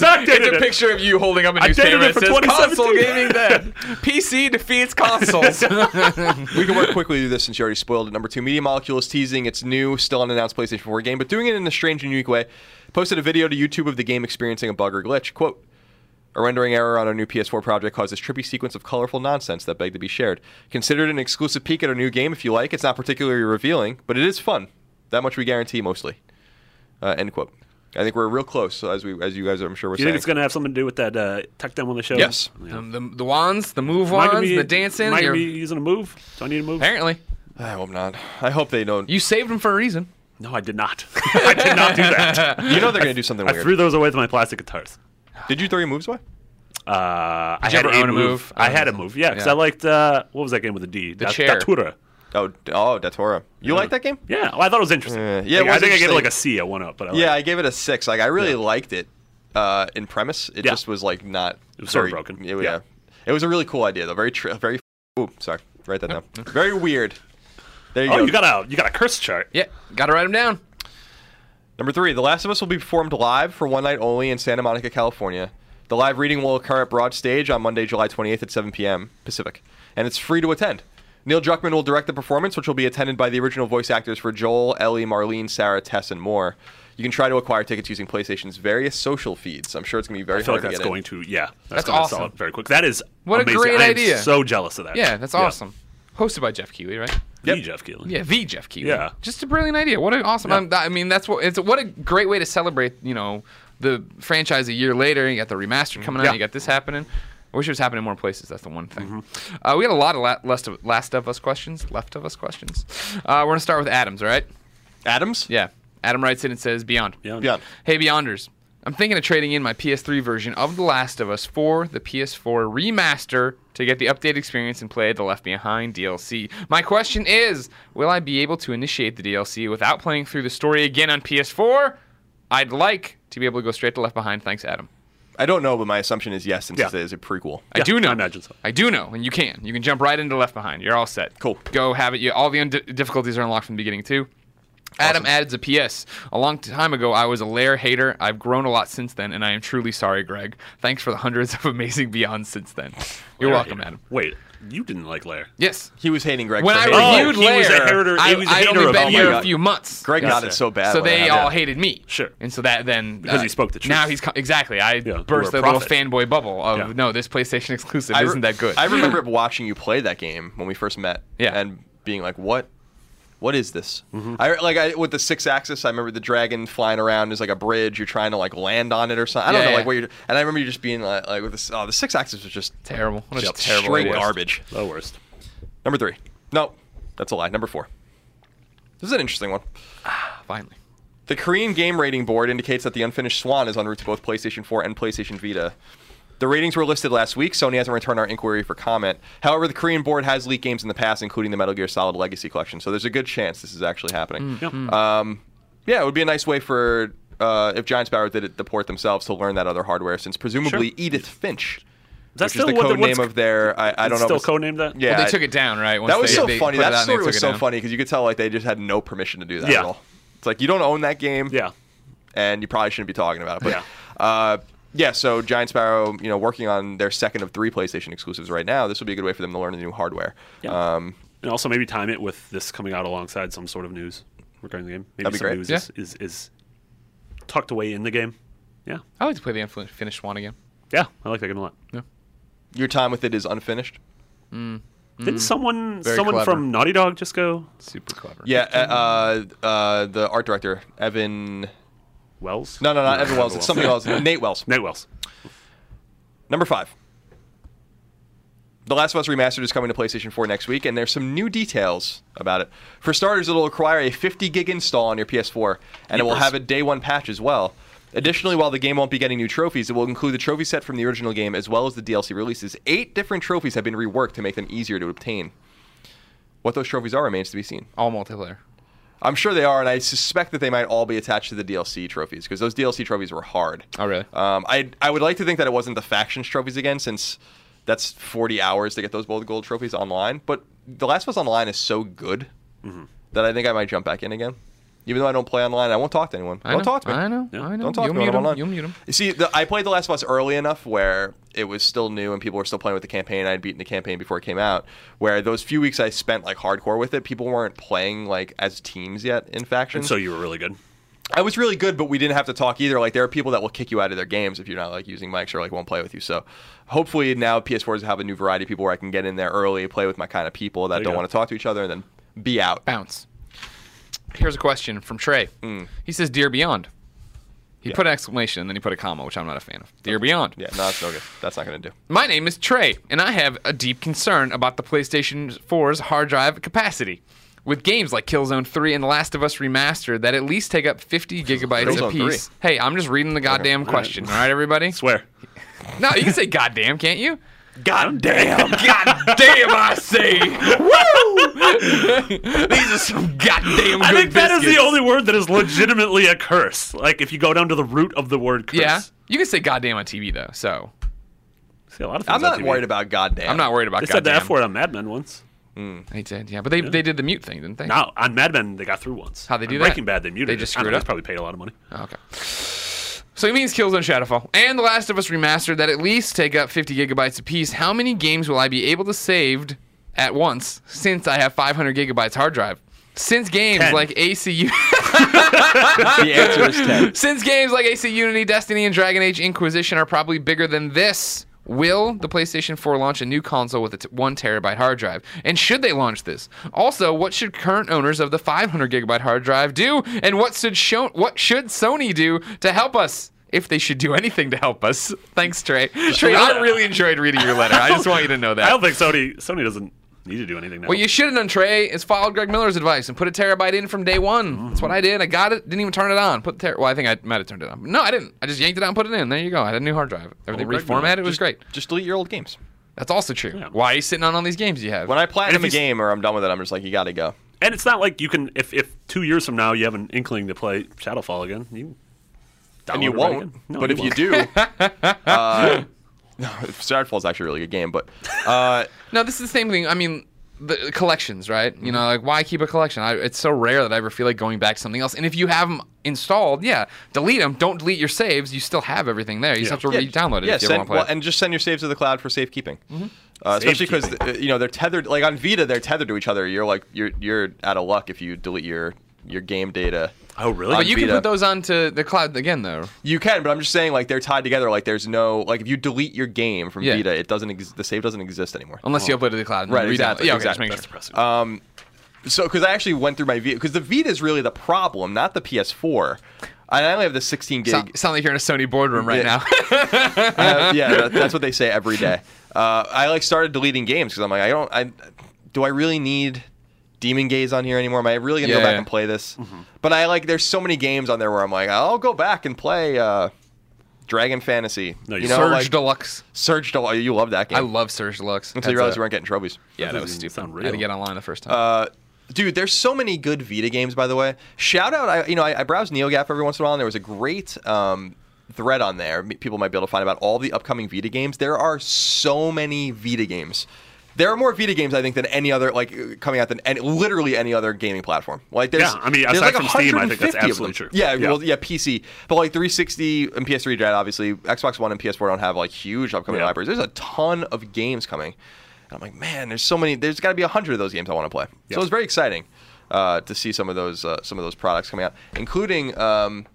Speaker 3: backdated
Speaker 2: it's a
Speaker 3: it.
Speaker 2: picture of you holding up a
Speaker 3: I dated
Speaker 2: newspaper
Speaker 3: it
Speaker 2: that
Speaker 3: for
Speaker 2: says console
Speaker 3: 2017.
Speaker 2: gaming dead. PC defeats consoles.
Speaker 4: we can work quickly through this since you already spoiled it. Number two, Media Molecule is teasing its new, still unannounced PlayStation 4 game, but doing it in a strange and unique way. Posted a video to YouTube of the game experiencing a bug or glitch. Quote, a rendering error on our new PS4 project caused this trippy sequence of colorful nonsense that begged to be shared. Consider it an exclusive peek at our new game if you like. It's not particularly revealing, but it is fun. That much we guarantee mostly. Uh, end quote. I think we're real close, so as we, as you guys, I'm sure, we're
Speaker 3: Do you
Speaker 4: saying.
Speaker 3: think it's going to have something to do with that uh, tech demo on the show?
Speaker 4: Yes.
Speaker 3: Yeah.
Speaker 2: Um, the, the wands, the move
Speaker 3: Am I gonna
Speaker 2: wands,
Speaker 3: be-
Speaker 2: the dancing.
Speaker 3: Am I
Speaker 2: you're-
Speaker 3: going to be using a move? Do I need a move?
Speaker 2: Apparently,
Speaker 4: I hope not. I hope they don't. You,
Speaker 2: you saved them for a reason.
Speaker 3: No, I did not. I did not do that.
Speaker 4: know they're going to do something
Speaker 3: I
Speaker 4: weird.
Speaker 3: threw those away with my plastic guitars.
Speaker 4: Did you throw your moves away?
Speaker 3: Uh, I
Speaker 2: you
Speaker 3: had
Speaker 2: ever
Speaker 3: a
Speaker 2: own a
Speaker 3: move.
Speaker 2: move?
Speaker 3: I had a move. Yeah, because
Speaker 2: Yeah.
Speaker 3: I liked uh, what was that game with the D? The
Speaker 2: chair.
Speaker 3: Datura.
Speaker 4: Oh, d- oh, Datora. You like that game?
Speaker 3: Yeah, well, I thought it was interesting.
Speaker 4: Yeah, yeah, it
Speaker 3: Like, I
Speaker 4: was
Speaker 3: think I gave it
Speaker 4: interesting.
Speaker 3: like a C, a one up, but I
Speaker 4: Yeah,
Speaker 3: liked
Speaker 4: I gave it a six. Like I really
Speaker 3: Yeah.
Speaker 4: liked it uh, in premise. It
Speaker 3: Yeah.
Speaker 4: just was like not. It
Speaker 3: was sort of broken.
Speaker 4: It, yeah.
Speaker 3: Yeah.
Speaker 4: it was a really cool idea though. Very, tr- very. Ooh, sorry. Write that down. Very weird. There you
Speaker 3: it.
Speaker 4: go.
Speaker 3: Oh, you got a you got a curse chart.
Speaker 2: Yeah, gotta write them down.
Speaker 4: Number three, The Last of Us will be performed live for one night only in Santa Monica, California. The live reading will occur at Broad Stage on Monday, July 28th at 7 p.m. Pacific, and it's free to attend. Neil Druckmann will direct the performance, which will be attended by the original voice actors for Joel, Ellie, Marlene, Sarah, Tess, and more. You can try to acquire tickets using PlayStation's various social feeds. I'm sure it's going to be very
Speaker 3: I feel like
Speaker 4: hard
Speaker 3: that's
Speaker 4: to get in.
Speaker 3: going to yeah.
Speaker 2: That's
Speaker 3: gonna
Speaker 2: awesome.
Speaker 3: sell it very quick. That is
Speaker 2: What a
Speaker 3: amazing.
Speaker 2: great
Speaker 3: I am
Speaker 2: idea.
Speaker 3: So jealous of that.
Speaker 2: Yeah, that's awesome. Hosted by Jeff Keeley, right?
Speaker 3: Yeah.
Speaker 4: Yep.
Speaker 3: The Jeff Keelan.
Speaker 2: Yeah, the Jeff Keighley.
Speaker 3: Yeah.
Speaker 2: just a brilliant idea. What an awesome! I'm- i mean, that's what it's. What a great way to celebrate. You know, the franchise a year later. You got the remaster coming out.
Speaker 3: Yeah.
Speaker 2: You got this happening. I wish it was happening in more places. That's the one thing.
Speaker 3: Mm-hmm.
Speaker 2: Uh, we got a lot of la- last of Last of Us questions. Left of Us questions. Uh, we're gonna start with Adams. All right.
Speaker 4: Adams?
Speaker 2: Yeah. Adam writes in and says, "Beyond."
Speaker 3: Beyond.
Speaker 4: Yeah.
Speaker 2: Hey Beyonders, I'm thinking of trading in my PS3 version of The Last of Us for the PS4 remaster to get the updated experience and play the Left Behind DLC. My question is, will I be able to initiate the DLC without playing through the story again on PS4? I'd like to be able to go straight to Left Behind. Thanks, Adam.
Speaker 4: I don't know, but my assumption is yes, since
Speaker 3: Yeah.
Speaker 4: it is a prequel.
Speaker 2: I do know.
Speaker 3: I imagine so.
Speaker 2: I do know, and you can. You can jump right into Left Behind. You're all set.
Speaker 4: Cool.
Speaker 2: Go have it. You, all the und- difficulties are unlocked from the beginning too. Adam adds a PS. A long time ago, I was a Lair hater. I've grown a lot since then, and I am truly sorry, Greg. Thanks for the hundreds of amazing Beyonds since then. You're welcome, Adam.
Speaker 3: Wait, you didn't like Lair.
Speaker 2: Yes.
Speaker 4: He was hating Greg.
Speaker 2: When
Speaker 4: for
Speaker 2: I
Speaker 4: hating-
Speaker 3: Oh,
Speaker 2: reviewed
Speaker 3: he was a
Speaker 2: Lair,
Speaker 3: hater- he
Speaker 2: I,
Speaker 3: was a
Speaker 2: I'd
Speaker 3: hater
Speaker 2: only
Speaker 3: of-
Speaker 2: been
Speaker 3: oh my
Speaker 2: here a
Speaker 4: God.
Speaker 2: few months.
Speaker 4: Greg
Speaker 2: Yes,
Speaker 4: got
Speaker 2: sir.
Speaker 4: it so bad.
Speaker 2: So
Speaker 4: when I
Speaker 2: they
Speaker 4: had
Speaker 2: all
Speaker 4: it.
Speaker 2: hated me.
Speaker 3: Sure.
Speaker 2: And so that then uh,
Speaker 3: Because he spoke the
Speaker 2: Now
Speaker 3: truth.
Speaker 2: he's co- exactly. I
Speaker 3: you
Speaker 2: burst
Speaker 3: were a
Speaker 2: their little
Speaker 3: prophet.
Speaker 2: fanboy bubble of
Speaker 3: Yeah.
Speaker 2: no, this PlayStation exclusive
Speaker 4: I re-
Speaker 2: isn't that good.
Speaker 4: I remember watching you play that game when we first met.
Speaker 2: Yeah. Mm-hmm.
Speaker 4: And being like, what? What is this? I like I with the six axis. I remember the dragon flying around is like a bridge. You're trying to like land on it or something. I don't
Speaker 2: Yeah,
Speaker 4: know
Speaker 2: yeah.
Speaker 4: like what you're. And I remember you just being like, like with this. Oh, the six axis was just
Speaker 2: Terrible. What a
Speaker 4: just
Speaker 2: terrible
Speaker 4: straight
Speaker 2: idea.
Speaker 4: garbage.
Speaker 3: The worst.
Speaker 4: Number three. No, that's a lie. Number four. This is an interesting one.
Speaker 2: Finally.
Speaker 4: The Korean game rating board indicates that the unfinished Swan is en route to both PlayStation 4 and PlayStation Vita. The ratings were listed last week. Sony hasn't returned our inquiry for comment. However, the Korean board has leaked games in the past, including the Metal Gear Solid Legacy Collection. So there's a good chance this is actually happening.
Speaker 3: Yeah.
Speaker 2: Hmm.
Speaker 4: Um, yeah, it would be a nice way for uh, if Giant Sparrow did it, the port themselves to learn that other hardware, since presumably
Speaker 3: Sure.
Speaker 4: Edith Finch,
Speaker 3: That's
Speaker 4: which is
Speaker 3: still
Speaker 4: the
Speaker 3: what
Speaker 4: code
Speaker 3: what's-
Speaker 4: name of their. I, I don't know.
Speaker 3: Still
Speaker 4: if it's-
Speaker 3: codenamed that.
Speaker 4: Yeah,
Speaker 2: Well,
Speaker 4: I-
Speaker 2: they took it down, right? Once
Speaker 4: that was
Speaker 2: they-
Speaker 4: so
Speaker 2: they
Speaker 4: funny.
Speaker 2: put it
Speaker 4: That
Speaker 2: out and they
Speaker 4: story
Speaker 2: took
Speaker 4: was
Speaker 2: it
Speaker 4: so
Speaker 2: down.
Speaker 4: funny because you could tell like they just had no permission to do that
Speaker 3: Yeah.
Speaker 4: at all. It's like you don't own that game,
Speaker 3: Yeah.
Speaker 4: and you probably shouldn't be talking about it. But yeah. Uh, yeah, so Giant Sparrow, you know, working on their second of three PlayStation exclusives right now. This would be a good way for them to learn the new hardware.
Speaker 3: Yeah.
Speaker 4: Um,
Speaker 3: And also maybe time it with this coming out alongside some sort of news regarding the game. Maybe
Speaker 4: That'd be
Speaker 3: some
Speaker 4: great.
Speaker 3: news
Speaker 2: Yeah.
Speaker 3: is, is is tucked away in the game. Yeah.
Speaker 2: I like to play the unfinished one again.
Speaker 3: Yeah. I like that game a lot.
Speaker 4: your time with it is unfinished.
Speaker 3: Didn't someone
Speaker 2: Mm. Very
Speaker 3: someone
Speaker 2: clever.
Speaker 3: from Naughty Dog just go
Speaker 2: Super clever.
Speaker 4: Yeah, uh, uh, the art director Evan.
Speaker 3: Wells?
Speaker 4: No, no, not Evan Wells. It's something else. Nate Wells.
Speaker 3: Nate Wells.
Speaker 4: Number five. The Last of Us Remastered is coming to PlayStation 4 next week, and there's some new details about it. For starters, it'll require a 50 gig install on your PS4, and it will
Speaker 3: Nipples.
Speaker 4: have a day one patch as well. Additionally, while the game won't be getting new trophies, it will include the trophy set from the original game as well as the DLC releases. Eight different trophies have been reworked to make them easier to obtain. What those trophies are remains to be seen.
Speaker 2: All multiplayer.
Speaker 4: I'm sure they are, and I suspect that they might all be attached to the DLC trophies because those DLC trophies were hard.
Speaker 2: Oh, really?
Speaker 4: Um, I I would like to think that it wasn't the factions trophies again, since that's 40 hours to get those bold gold trophies online. But The Last of Us Online is so good
Speaker 2: Mm-hmm.
Speaker 4: that I think I might jump back in again. Even though I don't play online, I won't talk to anyone.
Speaker 2: I
Speaker 4: don't
Speaker 2: know,
Speaker 4: talk to me.
Speaker 2: I know.
Speaker 3: Yeah.
Speaker 2: I know.
Speaker 4: Don't talk
Speaker 2: You'll
Speaker 4: to me
Speaker 2: mute 'em,
Speaker 4: when I'm online.
Speaker 2: You'll mute him.
Speaker 4: You see, the, I played The Last of Us early enough where it was still new and people were still playing with the campaign. I'd beaten the campaign before it came out. Where those few weeks I spent like hardcore with it, people weren't playing like as teams yet in
Speaker 3: And
Speaker 4: factions.
Speaker 3: so you were really good.
Speaker 4: I was really good, but we didn't have to talk either. Like there are people that will kick you out of their games if you're not like using mics or like won't play with you. So hopefully now PS4s have a new variety of people where I can get in there early, play with my kind of people that
Speaker 3: you
Speaker 4: don't
Speaker 3: go.
Speaker 4: want to talk to each other, and then be out.
Speaker 2: Bounce. Here's a question from Trey.
Speaker 4: Hmm.
Speaker 2: He says, "Dear Beyond." He put an exclamation and then he put a comma, which I'm not a fan of.
Speaker 4: Oh.
Speaker 2: Dear Beyond.
Speaker 4: Yeah, no, that's no good. That's not going to do.
Speaker 2: My name is Trey, and I have a deep concern about the PlayStation 4's hard drive capacity. With games like Killzone 3 and The Last of Us Remastered that at least take up 50 gigabytes
Speaker 4: Killzone
Speaker 2: apiece. Hey, I'm just reading the goddamn question. All right, everybody?
Speaker 3: Swear.
Speaker 2: No, you can say goddamn, can't you?
Speaker 3: God damn.
Speaker 2: God damn, I say. Woo! These are some goddamn good
Speaker 3: I think that is the
Speaker 2: biscuits.
Speaker 3: only word that is legitimately a curse. Like if you go down to the root of the word curse.
Speaker 2: Yeah. You can say goddamn on TV, though, so
Speaker 3: See a lot of things
Speaker 4: I'm not
Speaker 3: on TV.
Speaker 4: worried about goddamn.
Speaker 2: I'm not worried about
Speaker 3: They said the
Speaker 2: goddamn.
Speaker 3: F word on Mad Men once.
Speaker 2: They did, yeah. But they, they did the mute thing, didn't they?
Speaker 3: Now on Mad Men they got through once.
Speaker 2: How'd they do
Speaker 3: on
Speaker 2: that?
Speaker 3: Breaking Bad they muted.
Speaker 2: They
Speaker 3: it.
Speaker 2: just
Speaker 3: I don't
Speaker 2: screwed
Speaker 3: know,
Speaker 2: up?
Speaker 3: It's probably paid a lot of money.
Speaker 2: Oh, Okay. So he means Killzone Shadowfall and The Last of Us Remastered that at least take up 50 gigabytes apiece. How many games will I be able to save at once since I have 500 gigabytes hard drive? Since games
Speaker 3: Ten.
Speaker 2: like ACU,
Speaker 4: the answer is 10.
Speaker 2: Since games like AC Unity, Destiny, and Dragon Age Inquisition are probably bigger than this, will the PlayStation 4 launch a new console with a t- one terabyte hard drive? And should they launch this? Also, what should current owners of the 500 gigabyte hard drive do? And what should show- what should Sony do to help us? If they should do anything to help us. Thanks, Trey. Trey, I really enjoyed reading your letter. I just want you to know that.
Speaker 3: I don't think Sony Sony doesn't need to do anything now.
Speaker 2: What you should have done, Trey, is followed Greg Miller's advice and put a terabyte in from day one.
Speaker 4: Mm-hmm.
Speaker 2: That's what I did. I got it. Didn't even turn it on. Put the ter- well, I think I might have turned it on. No, I didn't. I just yanked it out and put it in. There you go. I had a new hard drive. Everything
Speaker 4: Oh,
Speaker 3: Greg Miller,
Speaker 2: reformatted. It was great.
Speaker 4: Just delete your old games.
Speaker 2: That's also true. Why are you sitting on all these games you have?
Speaker 4: When I platinum
Speaker 3: And
Speaker 4: a
Speaker 3: if you s-
Speaker 4: game or I'm done with it, I'm just like, you got to go.
Speaker 3: and it's not like you can if, if two years from now you have an inkling to play Shadowfall again. You can
Speaker 4: And you
Speaker 3: download it right
Speaker 4: won't.
Speaker 3: again. No,
Speaker 4: but if you
Speaker 3: won't.
Speaker 4: do, uh, no, Starfall's actually a really good game, but uh,
Speaker 2: no, this is the same thing. I mean, the collections, right?
Speaker 4: Mm-hmm.
Speaker 2: You know, like why keep a collection? I, it's so rare that I ever feel like going back to something else. And if you have them installed, yeah, delete them. Don't delete your saves. You still have everything there. You just have
Speaker 3: Yeah.
Speaker 2: to
Speaker 4: yeah,
Speaker 2: re-download it
Speaker 4: Yeah,
Speaker 2: if you
Speaker 4: send-
Speaker 2: want to play.
Speaker 4: well,
Speaker 2: it.
Speaker 4: and just send your saves to the cloud for safekeeping.
Speaker 3: Mm-hmm.
Speaker 4: Uh, especially because uh, you know they're tethered. Like on Vita, they're tethered to each other. You're like you're you're out of luck if you delete your your game data.
Speaker 3: Oh really?
Speaker 2: but you can
Speaker 4: Vita.
Speaker 2: put those onto the cloud again, though.
Speaker 4: You can, but I'm just saying like they're tied together. Like there's no like if you delete your game from
Speaker 2: Yeah.
Speaker 4: Vita, it doesn't ex- the save doesn't exist anymore.
Speaker 2: Unless you upload it to the cloud. And
Speaker 4: Oh. Right,
Speaker 2: re-download.
Speaker 4: exactly,
Speaker 2: Yeah, okay,
Speaker 4: exactly.
Speaker 2: just
Speaker 3: That's
Speaker 2: make sure.
Speaker 3: depressing.
Speaker 4: uh, So, because I actually went through my Vita, because the Vita is really the problem, not the PS4. I only have the 16 gig.
Speaker 2: Sound, sound like you're in a Sony boardroom right
Speaker 4: Yeah.
Speaker 2: now.
Speaker 4: I have- yeah, that, that's what they say every day. Uh, I like started deleting games because I'm like, I don't, I do I really need Demon Gaze on here anymore? Am I really gonna
Speaker 2: Yeah,
Speaker 4: go back
Speaker 2: yeah.
Speaker 4: and play this? But I like, there's so many games on there where I'm like, I'll go back and play uh, Dragon Fantasy.
Speaker 3: No,
Speaker 4: you
Speaker 3: you
Speaker 4: know,
Speaker 2: Surge
Speaker 4: like,
Speaker 2: Deluxe.
Speaker 4: Surge Del- You love that game.
Speaker 2: I love Surge Deluxe.
Speaker 4: until you realize we weren't getting trophies.
Speaker 2: Yeah, that
Speaker 3: doesn't
Speaker 2: was
Speaker 3: even
Speaker 2: stupid.
Speaker 3: sound
Speaker 2: I had to
Speaker 3: real.
Speaker 2: get online the first time.
Speaker 4: Uh, dude, there's so many good Vita games, by the way. Shout out, I you know, I, I browse NeoGAF every once in a while, and there was a great um, thread on there. m- People might be able to find about all the upcoming Vita games. There are so many Vita games. There are more Vita games, I think, than any other like uh, coming out than any, literally any other gaming platform. Like, there's
Speaker 3: Yeah, I mean,
Speaker 4: there's
Speaker 3: aside
Speaker 4: like
Speaker 3: from Steam, I think that's
Speaker 4: 150 of them.
Speaker 3: absolutely true.
Speaker 4: Yeah,
Speaker 3: Yeah.
Speaker 4: well, yeah, PC, but like 360 and PS3 did obviously. Xbox One and PS4 don't have like huge upcoming
Speaker 3: Yeah.
Speaker 4: libraries. There's a ton of games coming, and I'm like, man, there's so many. There's got to be a hundred of those games I want to play. So
Speaker 3: Yeah.
Speaker 4: it was very exciting uh, to see some of those uh, some of those products coming out, including. Um,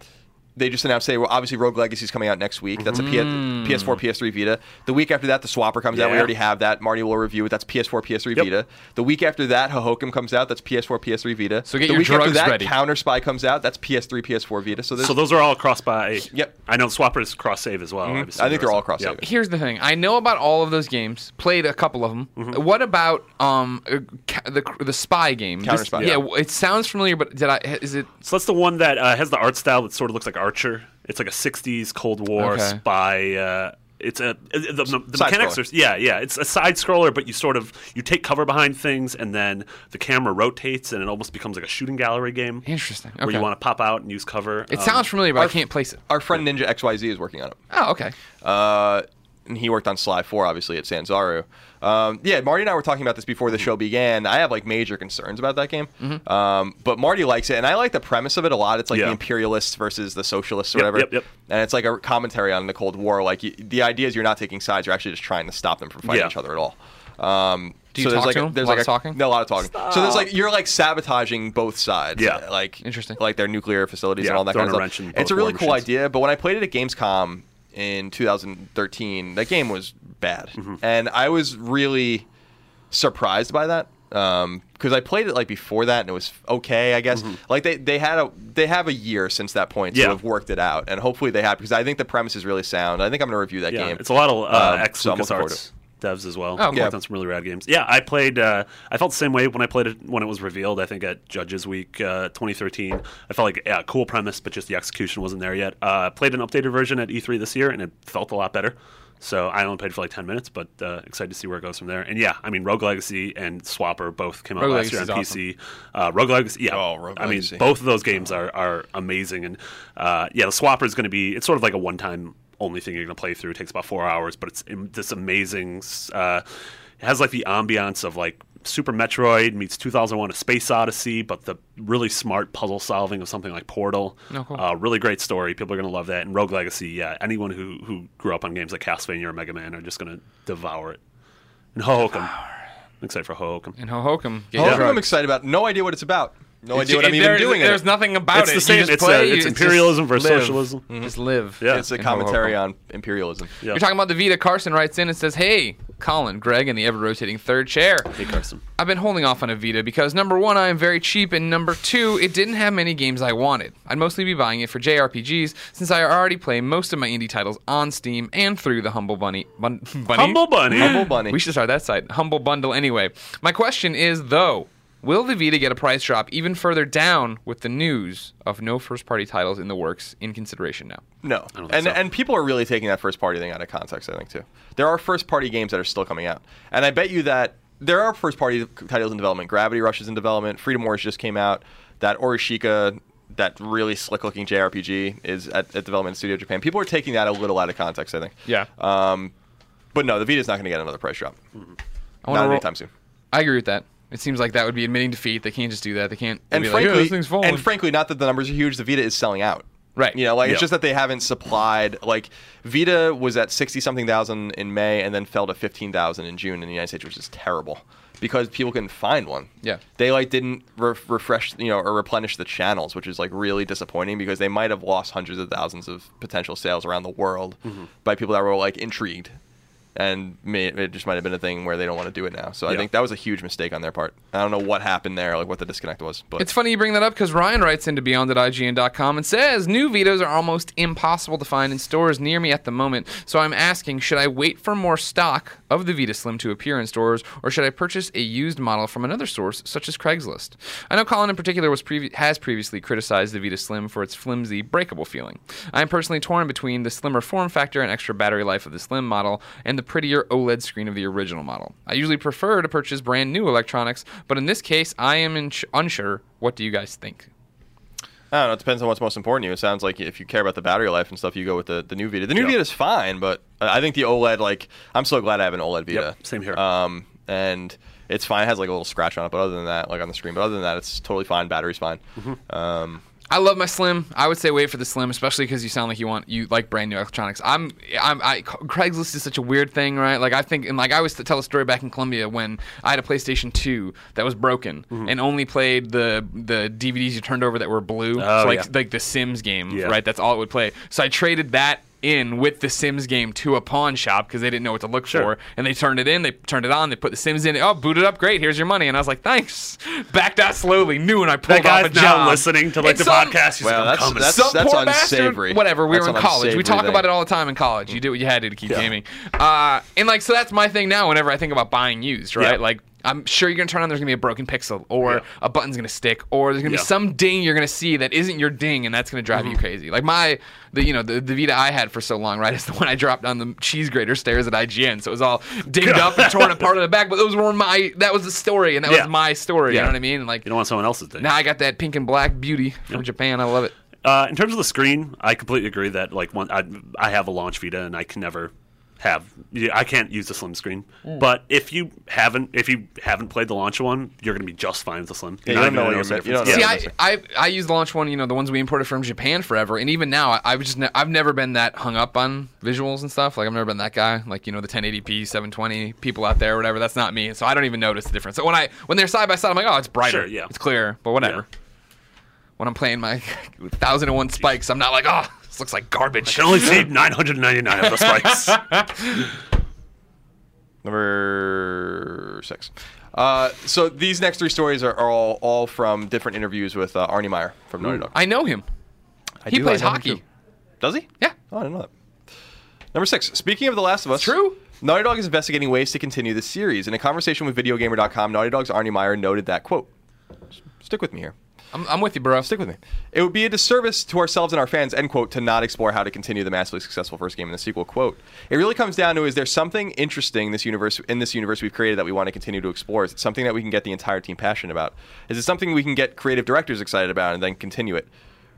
Speaker 4: they just announced today. Well, obviously, Rogue Legacy is coming out next week. That's a P-
Speaker 2: Mm.
Speaker 4: PS4, PS3, Vita. The week after that, the Swapper comes out. We
Speaker 3: Yeah.
Speaker 4: already have that. Marty will review it. That's PS4, PS3,
Speaker 3: Yep.
Speaker 4: Vita. The week after that, Hohokum comes out. That's PS4, PS3, Vita.
Speaker 2: So get
Speaker 4: the
Speaker 2: your
Speaker 4: week after
Speaker 2: drugs
Speaker 4: that,
Speaker 2: ready.
Speaker 4: Counter Spy comes out. That's PS3, PS4, Vita. So, there's,
Speaker 3: So those are all cross by.
Speaker 4: Yep. Mm-hmm.
Speaker 3: I know Swappers cross save as well. obviously.
Speaker 4: I think they're all cross
Speaker 3: Yep.
Speaker 4: save.
Speaker 2: Here's the thing. I know about all of those games. Played a couple of them.
Speaker 4: Mm-hmm.
Speaker 2: What about um uh, ca- the the spy game?
Speaker 4: Counter
Speaker 2: This-
Speaker 4: Spy.
Speaker 2: Yeah,
Speaker 4: Yeah.
Speaker 2: w- it sounds familiar, but did I? Is it?
Speaker 3: So that's the one that uh, has the art style that sort of looks like Archer. It's like a '60s Cold War
Speaker 2: Okay.
Speaker 3: spy. Uh, it's a the, the, the
Speaker 4: Side
Speaker 3: mechanics
Speaker 4: scroller.
Speaker 3: are yeah yeah. It's a side scroller, but you sort of you take cover behind things, and then the camera rotates, and it almost becomes like a shooting gallery game.
Speaker 2: Interesting.
Speaker 3: Where
Speaker 2: Okay.
Speaker 3: you um, want to pop out and use cover.
Speaker 2: It sounds familiar, but I can't place it.
Speaker 4: Our friend Ninja XYZ is working on it.
Speaker 2: Oh, okay.
Speaker 4: Uh, and he worked on Sly 4, obviously, at Sanzaru. Um, yeah, Marty and I were talking about this before the show began. I have, like, major concerns about that game. Um, but Marty likes it, and I like the premise of it a lot. It's like
Speaker 3: Mm-hmm. Yeah.
Speaker 4: the imperialists versus the socialists or
Speaker 3: Yep,
Speaker 4: whatever.
Speaker 3: yep, yep.
Speaker 4: And it's like a commentary on the Cold War. Like, y the idea is you're not taking sides, you're actually just trying to stop them from fighting
Speaker 3: Yeah.
Speaker 4: each other at all. Um,
Speaker 2: Do you
Speaker 4: so there's
Speaker 2: talk
Speaker 4: like
Speaker 2: to
Speaker 4: a-
Speaker 2: him?
Speaker 4: There's
Speaker 2: A lot
Speaker 4: like
Speaker 2: of talking?
Speaker 4: No, a lot of talking. So there's like you're like sabotaging both sides.
Speaker 3: Yeah.
Speaker 4: Like
Speaker 2: Interesting.
Speaker 4: Like their nuclear facilities
Speaker 3: Yeah,
Speaker 4: and all that
Speaker 3: throwing
Speaker 4: kind
Speaker 3: a
Speaker 4: of
Speaker 3: wrench
Speaker 4: stuff.
Speaker 3: in
Speaker 4: It's
Speaker 3: both
Speaker 4: a really
Speaker 3: war
Speaker 4: cool
Speaker 3: machines.
Speaker 4: idea idea, but when I played it at Gamescom in 2013, that game was bad,
Speaker 3: Mm-hmm.
Speaker 4: and I was really surprised by that because I played it like before that, and it was okay, I guess. Like they, they had a they have a year since that point
Speaker 3: Mm-hmm. Yeah.
Speaker 4: to have worked it out, and hopefully they have because I think the premise is really sound. I think I'm gonna review that
Speaker 3: Yeah,
Speaker 4: game.
Speaker 3: it's a lot of uh,
Speaker 4: Um,
Speaker 3: ex
Speaker 4: so I'm looking forward
Speaker 3: LucasArts devs as well.
Speaker 2: Oh, cool.
Speaker 3: Worked on some really rad games. Yeah, I played. Uh, I felt the same way when I played it when it was revealed. I think at Judges Week uh, 2013, I felt like yeah, cool premise, but just the execution wasn't there yet. Uh, played an updated version at E3 this year, and it felt a lot better. So I only played for like 10 minutes, but uh, excited to see where it goes from there. And yeah, I mean, Rogue Legacy and Swapper both came out
Speaker 2: Rogue
Speaker 3: last year on
Speaker 2: Legacy's awesome.
Speaker 3: PC. Uh, Rogue Legacy, yeah.
Speaker 4: Oh, Rogue
Speaker 3: I mean,
Speaker 4: Legacy.
Speaker 3: both of those games are, are amazing. And uh, yeah, the Swapper is going to be, it's sort of like a one time only thing you're going to play through. It takes about four hours, but it's am- this amazing, s- uh, it has like the ambiance of like Super Metroid meets 2001 A Space Odyssey, but the really smart puzzle solving of something like Portal.
Speaker 2: Oh, cool.
Speaker 3: Uh, really great story. People are going to love that. And Rogue Legacy, yeah, anyone who, who grew up on games like Castlevania or Mega Man are just going to devour it. And Hohokam. I'm excited for Hohokam.
Speaker 2: And Hohokum.
Speaker 4: Hohokum
Speaker 2: Yeah.
Speaker 4: I'm excited about. No idea what it's about. No idea what I'm even
Speaker 2: there-
Speaker 4: doing. in
Speaker 2: There's
Speaker 4: it.
Speaker 2: nothing about
Speaker 3: It's
Speaker 2: it.
Speaker 3: the
Speaker 2: You
Speaker 3: same.
Speaker 2: just
Speaker 3: It's, uh,
Speaker 2: play,
Speaker 3: it's
Speaker 2: you- just
Speaker 3: imperialism versus
Speaker 2: live.
Speaker 3: socialism.
Speaker 2: Just live.
Speaker 3: Yeah.
Speaker 4: It's a
Speaker 2: In
Speaker 4: commentary
Speaker 2: Hohokam.
Speaker 4: on imperialism.
Speaker 3: Yeah.
Speaker 2: You're talking about the Vita. Carson writes in and says, "Hey, Colin, Greg, and the ever-rotating third chair.
Speaker 3: Hey Carson.
Speaker 2: I've been holding off on a Vita because number one, I am very cheap, and number two, it didn't have many games I wanted. I'd mostly be buying it for JRPGs since I already play most of my indie titles on Steam and through the Humble Bunny. Bun, bunny?
Speaker 3: Humble bunny.
Speaker 4: Humble bunny.
Speaker 2: We should start that site. Humble Bundle anyway. My question is though, will the Vita get a price drop even further down with the news of no first party titles in the works in consideration now?
Speaker 4: No,
Speaker 3: don't
Speaker 4: and
Speaker 3: think so.
Speaker 4: and people are really taking that first party thing out of context. I think too. There are first party games that are still coming out, and I bet you that there are first party titles in development. Gravity Rush is in development. Freedom Wars just came out. That Orishika, that really slick looking JRPG, is at, at development studio Japan. People are taking that a little out of context. I think.
Speaker 2: Yeah.
Speaker 4: Um, but no, the Vita's not going to get another price drop.
Speaker 2: I wanna
Speaker 4: Not
Speaker 2: roll-
Speaker 4: anytime soon.
Speaker 2: I agree with that. It seems like that would be admitting defeat. They can't just do that. They can't they'd
Speaker 4: and
Speaker 2: be like, "Yeah,
Speaker 4: frankly,
Speaker 2: this thing's falling.
Speaker 4: and frankly, not that the numbers are huge. The Vita is selling out.
Speaker 2: Right.
Speaker 4: You know, like
Speaker 3: Yeah.
Speaker 4: it's just that they haven't supplied. Like Vita was at sixty something thousand in May, and then fell to fifteen thousand in June in the United States, which is terrible because people couldn't find one.
Speaker 2: Yeah.
Speaker 4: They like didn't re- refresh, you know, or replenish the channels, which is like really disappointing because they might have lost hundreds of thousands of potential sales around the world by people that were like intrigued. And may, it just might have been a thing where they don't want to do it now. So I
Speaker 3: Yeah.
Speaker 4: think that was a huge mistake on their part. I don't know what happened there, like what the disconnect was. But
Speaker 2: It's funny you bring that up because Ryan writes into beyond.ign.com and says new Vitas are almost impossible to find in stores near me at the moment. So I'm asking, should I wait for more stock of the Vita Slim to appear in stores, or should I purchase a used model from another source such as Craigslist? I know Colin in particular was previ- has previously criticized the Vita Slim for its flimsy, breakable feeling. I am personally torn between the slimmer form factor and extra battery life of the Slim model and the prettier OLED screen of the original model. I usually prefer to purchase brand new electronics, but in this case, I am ins- unsure. What do you guys think?
Speaker 4: I don't know. It depends on what's most important to you. It sounds like if you care about the battery life and stuff, you go with the, the new Vita. The new
Speaker 3: Yep.
Speaker 4: Vita is fine, but uh, I think the OLED, like, I'm so glad I have an OLED Vita.
Speaker 3: Yep, same here.
Speaker 4: Um, and it's fine. It has like a little scratch on it, but other than that, like on the screen, but other than that, it's totally fine. Battery's fine.
Speaker 3: Mm-hmm.
Speaker 4: Um,
Speaker 2: I love my Slim. I would say wait for the Slim, especially because you sound like you want you like brand new electronics. I'm, I'm, I Craigslist is such a weird thing, right? Like I think, and like I always tell a story back in Columbia when I had a PlayStation Two that was broken
Speaker 3: Mm-hmm.
Speaker 2: and only played the the DVDs you turned over that were blue,
Speaker 3: Oh,
Speaker 2: so like
Speaker 3: yeah.
Speaker 2: like the Sims game,
Speaker 3: Yeah.
Speaker 2: right? That's all it would play. So I traded that in with the Sims game to a pawn shop because they didn't know what to look
Speaker 3: Sure.
Speaker 2: for, and they turned it in. They turned it on. They put the Sims in. Oh, booted up. Great. Here's your money. And I was like, thanks. Backed out slowly. Knew when I pulled
Speaker 3: That
Speaker 2: off a
Speaker 3: guy's now
Speaker 2: job.
Speaker 3: listening to like
Speaker 2: It's
Speaker 3: the
Speaker 2: some-
Speaker 3: podcast. He's
Speaker 4: Well,
Speaker 3: like, I'm coming.
Speaker 4: that's- that's-
Speaker 2: some poor bastard,
Speaker 4: unsavory.
Speaker 2: Whatever. We
Speaker 4: That's
Speaker 2: were in
Speaker 4: an
Speaker 2: college. We
Speaker 4: unsavory
Speaker 2: talk
Speaker 4: thing.
Speaker 2: about it all the time in college. You do what you had to to keep gaming. Uh, and like, so that's my thing now. Whenever I think about buying used, right?
Speaker 3: Yeah.
Speaker 2: Like, I'm sure you're gonna turn on. There's gonna be a broken pixel, or
Speaker 3: Yeah.
Speaker 2: a button's gonna stick, or there's gonna
Speaker 3: Yeah. Mm-hmm.
Speaker 2: be some ding you're gonna see that isn't your ding, and that's gonna drive you crazy. Like my, the you know the, the Vita I had for so long, right? It's the one I dropped on the cheese grater stairs at IGN, so it was all dinged up and torn apart at the back. But those were my. That was the story, and that
Speaker 3: Yeah.
Speaker 2: was my story. You
Speaker 3: Yeah.
Speaker 2: know what I mean? And like.
Speaker 3: you don't want someone else's thing.
Speaker 2: now I got that pink and black beauty from Japan. I love it.
Speaker 3: Uh, in terms of the screen, I completely agree that like one, I, I have a launch Vita and I can never have yeah, I can't use the slim screen.
Speaker 4: Mm.
Speaker 3: But if you haven't if you haven't played the launch one, you're gonna be just fine with the slim.
Speaker 4: Yeah,
Speaker 3: You're
Speaker 4: you
Speaker 3: not
Speaker 4: don't
Speaker 3: even
Speaker 4: know
Speaker 3: gonna notice
Speaker 4: what you're
Speaker 3: the
Speaker 2: See,
Speaker 4: Yeah,
Speaker 2: I,
Speaker 4: that's
Speaker 2: I I use the launch one, you know, the ones we imported from Japan forever, and even now, I, I've just ne- I've never been that hung up on visuals and stuff. Like I've never been that guy. Like you know, the 1080p, 720 people out there, or whatever. That's not me, so I don't even notice the difference. So when I when they're side by side, I'm like, oh, it's brighter,
Speaker 3: Sure, yeah.
Speaker 2: it's clearer, but whatever.
Speaker 3: Yeah.
Speaker 2: When I'm playing my 1001 spikes, I'm not like, oh, this looks like garbage.
Speaker 3: Can only save 999 of the spikes.
Speaker 4: Number six. Uh, so these next three stories are, are all, all from different interviews with uh, Arnie Meyer from Naughty Dog.
Speaker 2: I know him.
Speaker 4: I
Speaker 2: he
Speaker 4: do, I
Speaker 2: plays
Speaker 4: know him
Speaker 2: hockey.
Speaker 4: too. Does he?
Speaker 2: Yeah.
Speaker 4: Oh, I didn't know that. Number six. Speaking of The Last of Us,
Speaker 2: true.
Speaker 4: Naughty Dog is investigating ways to continue the series. In a conversation with VideoGamer.com, Naughty Dog's Arnie Meyer noted that quote. "S- Stick with me here.
Speaker 2: I'm, I'm with you, bro.
Speaker 4: Stick with me. It would be a disservice to ourselves and our fans, end quote, to not explore how to continue the massively successful first game in the sequel. Quote. It really comes down to is there something interesting this universe in this universe we've created that we want to continue to explore? Is it something that we can get the entire team passionate about? Is it something we can get creative directors excited about and then continue it?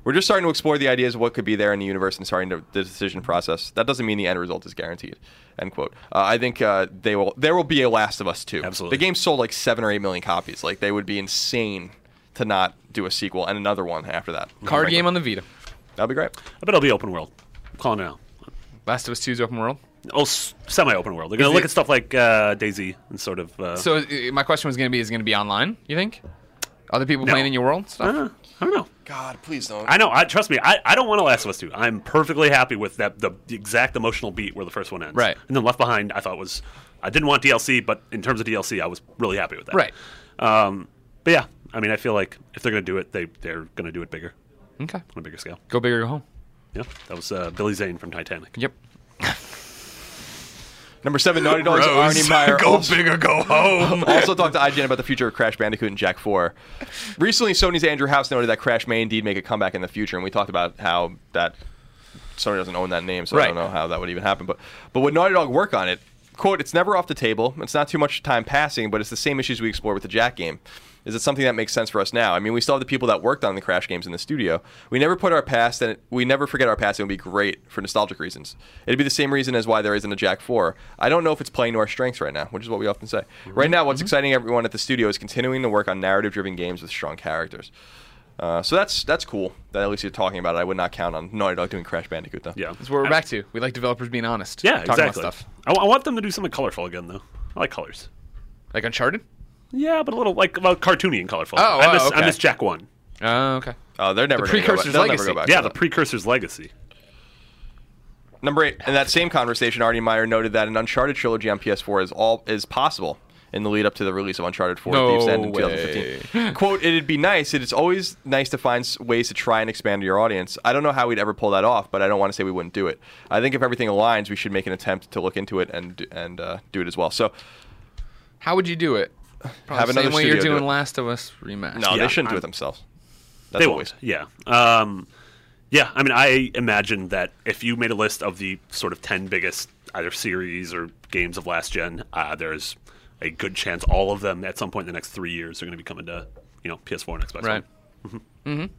Speaker 4: We're just starting to explore the ideas of what could be there in the universe and starting to, the decision process. That doesn't mean the end result is guaranteed. End quote. Uh, I think uh, they will. There will be a Last of Us two.
Speaker 3: Absolutely.
Speaker 4: The game sold like seven or eight million copies. Like they would be insane to not do a sequel and another one after that.
Speaker 2: Card
Speaker 4: Frankly.
Speaker 2: game on the Vita.
Speaker 4: That'd be great.
Speaker 3: I bet it'll be open world. I'm calling it out.
Speaker 2: Last of Us 2's open world.
Speaker 3: Oh, semi open world. They're gonna
Speaker 2: Is
Speaker 3: look
Speaker 2: it-
Speaker 3: at stuff like uh, Daisy and sort of. Uh,
Speaker 2: So uh, my question was going to be: Is it going to be online? You think? Other people playing in your world and stuff?
Speaker 3: Uh, I don't know.
Speaker 4: God, please don't.
Speaker 3: I know. I trust me. I, I don't want a Last of Us two. I'm perfectly happy with that. The exact emotional beat where the first one ends.
Speaker 2: Right.
Speaker 3: And then Left Behind, I thought was I didn't want DLC, but in terms of DLC, I was really happy with that.
Speaker 2: Right.
Speaker 3: Um. But yeah, I mean, I feel like if they're gonna do it, they they're gonna do it bigger
Speaker 2: Okay.
Speaker 3: on a bigger scale.
Speaker 2: Go big or go home.
Speaker 3: Yeah. That was uh, Billy Zane from Titanic.
Speaker 2: Yep.
Speaker 4: Number seven, Naughty Dog's Arnie Meyer
Speaker 3: go
Speaker 4: also,
Speaker 3: big or go home.
Speaker 4: also talked to IGN about the future of Crash Bandicoot and Jack 4. Recently, Sony's Andrew House noted that Crash may indeed make a comeback in the future, and we talked about how that Sony doesn't own that name, so I don't
Speaker 2: Right.
Speaker 4: know how that would even happen. But but would Naughty Dog work on it? Quote, it's never off the table. It's not too much time passing, but it's the same issues we explored with the Jack game. Is it something that makes sense for us now? I mean, we still have the people that worked on the Crash games in the studio. We never put our past, and we never forget our past. It would be great for nostalgic reasons. It'd be the same reason as why there isn't a Jack 4. I don't know if it's playing to our strengths right now, which is what we often say. Right now, what's exciting everyone at the studio is continuing to work on narrative-driven games with strong characters. Uh, so that's that's cool that at least you're talking about it. I would not count on Naughty Dog doing Crash Bandicoot though.
Speaker 3: Yeah.
Speaker 2: That's where we're back to. We like developers being honest.
Speaker 3: Yeah.
Speaker 2: Talking
Speaker 3: Exactly.
Speaker 2: about stuff.
Speaker 3: I, wa- I want them to do something colorful again, though. I like colors.
Speaker 2: Like Uncharted?
Speaker 3: Yeah, but a little like well, cartoony and colorful.
Speaker 2: Oh,
Speaker 3: I miss
Speaker 2: oh, okay.
Speaker 3: I miss Jack One.
Speaker 2: Oh, okay.
Speaker 4: Oh, they're never
Speaker 2: The
Speaker 4: gonna go back-
Speaker 2: Precursor's
Speaker 4: they'll
Speaker 2: Legacy.
Speaker 4: Never go back
Speaker 3: Yeah,
Speaker 4: to
Speaker 3: the
Speaker 4: that.
Speaker 3: precursor's legacy.
Speaker 4: Number eight. In that same conversation, Artie Meyer noted that an Uncharted trilogy on PS4 is all is possible in the lead up to the release of Uncharted 4
Speaker 2: No
Speaker 4: Thieves End in
Speaker 2: way.
Speaker 4: 2015. Quote, it'd be nice. It's always nice to find s- ways to try and expand your audience. I don't know how we'd ever pull that off, but I don't want to say we wouldn't do it. I think if everything aligns, we should make an attempt to look into it and and uh, do it as well. So
Speaker 2: How would you do it? Probably
Speaker 4: Have
Speaker 2: the
Speaker 4: another
Speaker 2: same way you're
Speaker 4: studio do
Speaker 2: doing
Speaker 4: it.
Speaker 2: Last of Us Remastered.
Speaker 4: no,
Speaker 3: Yeah,
Speaker 4: they shouldn't do
Speaker 3: I'm-
Speaker 4: it themselves. That's
Speaker 3: They
Speaker 4: a
Speaker 3: won't.
Speaker 4: waste.
Speaker 3: Yeah. Um, yeah. I mean, I imagine that if you made a list of the sort of ten biggest either series or games of last gen, uh, there's a good chance all of them at some point in the next three years are going to be coming to you know PS4 and Xbox.
Speaker 2: Right.
Speaker 3: One.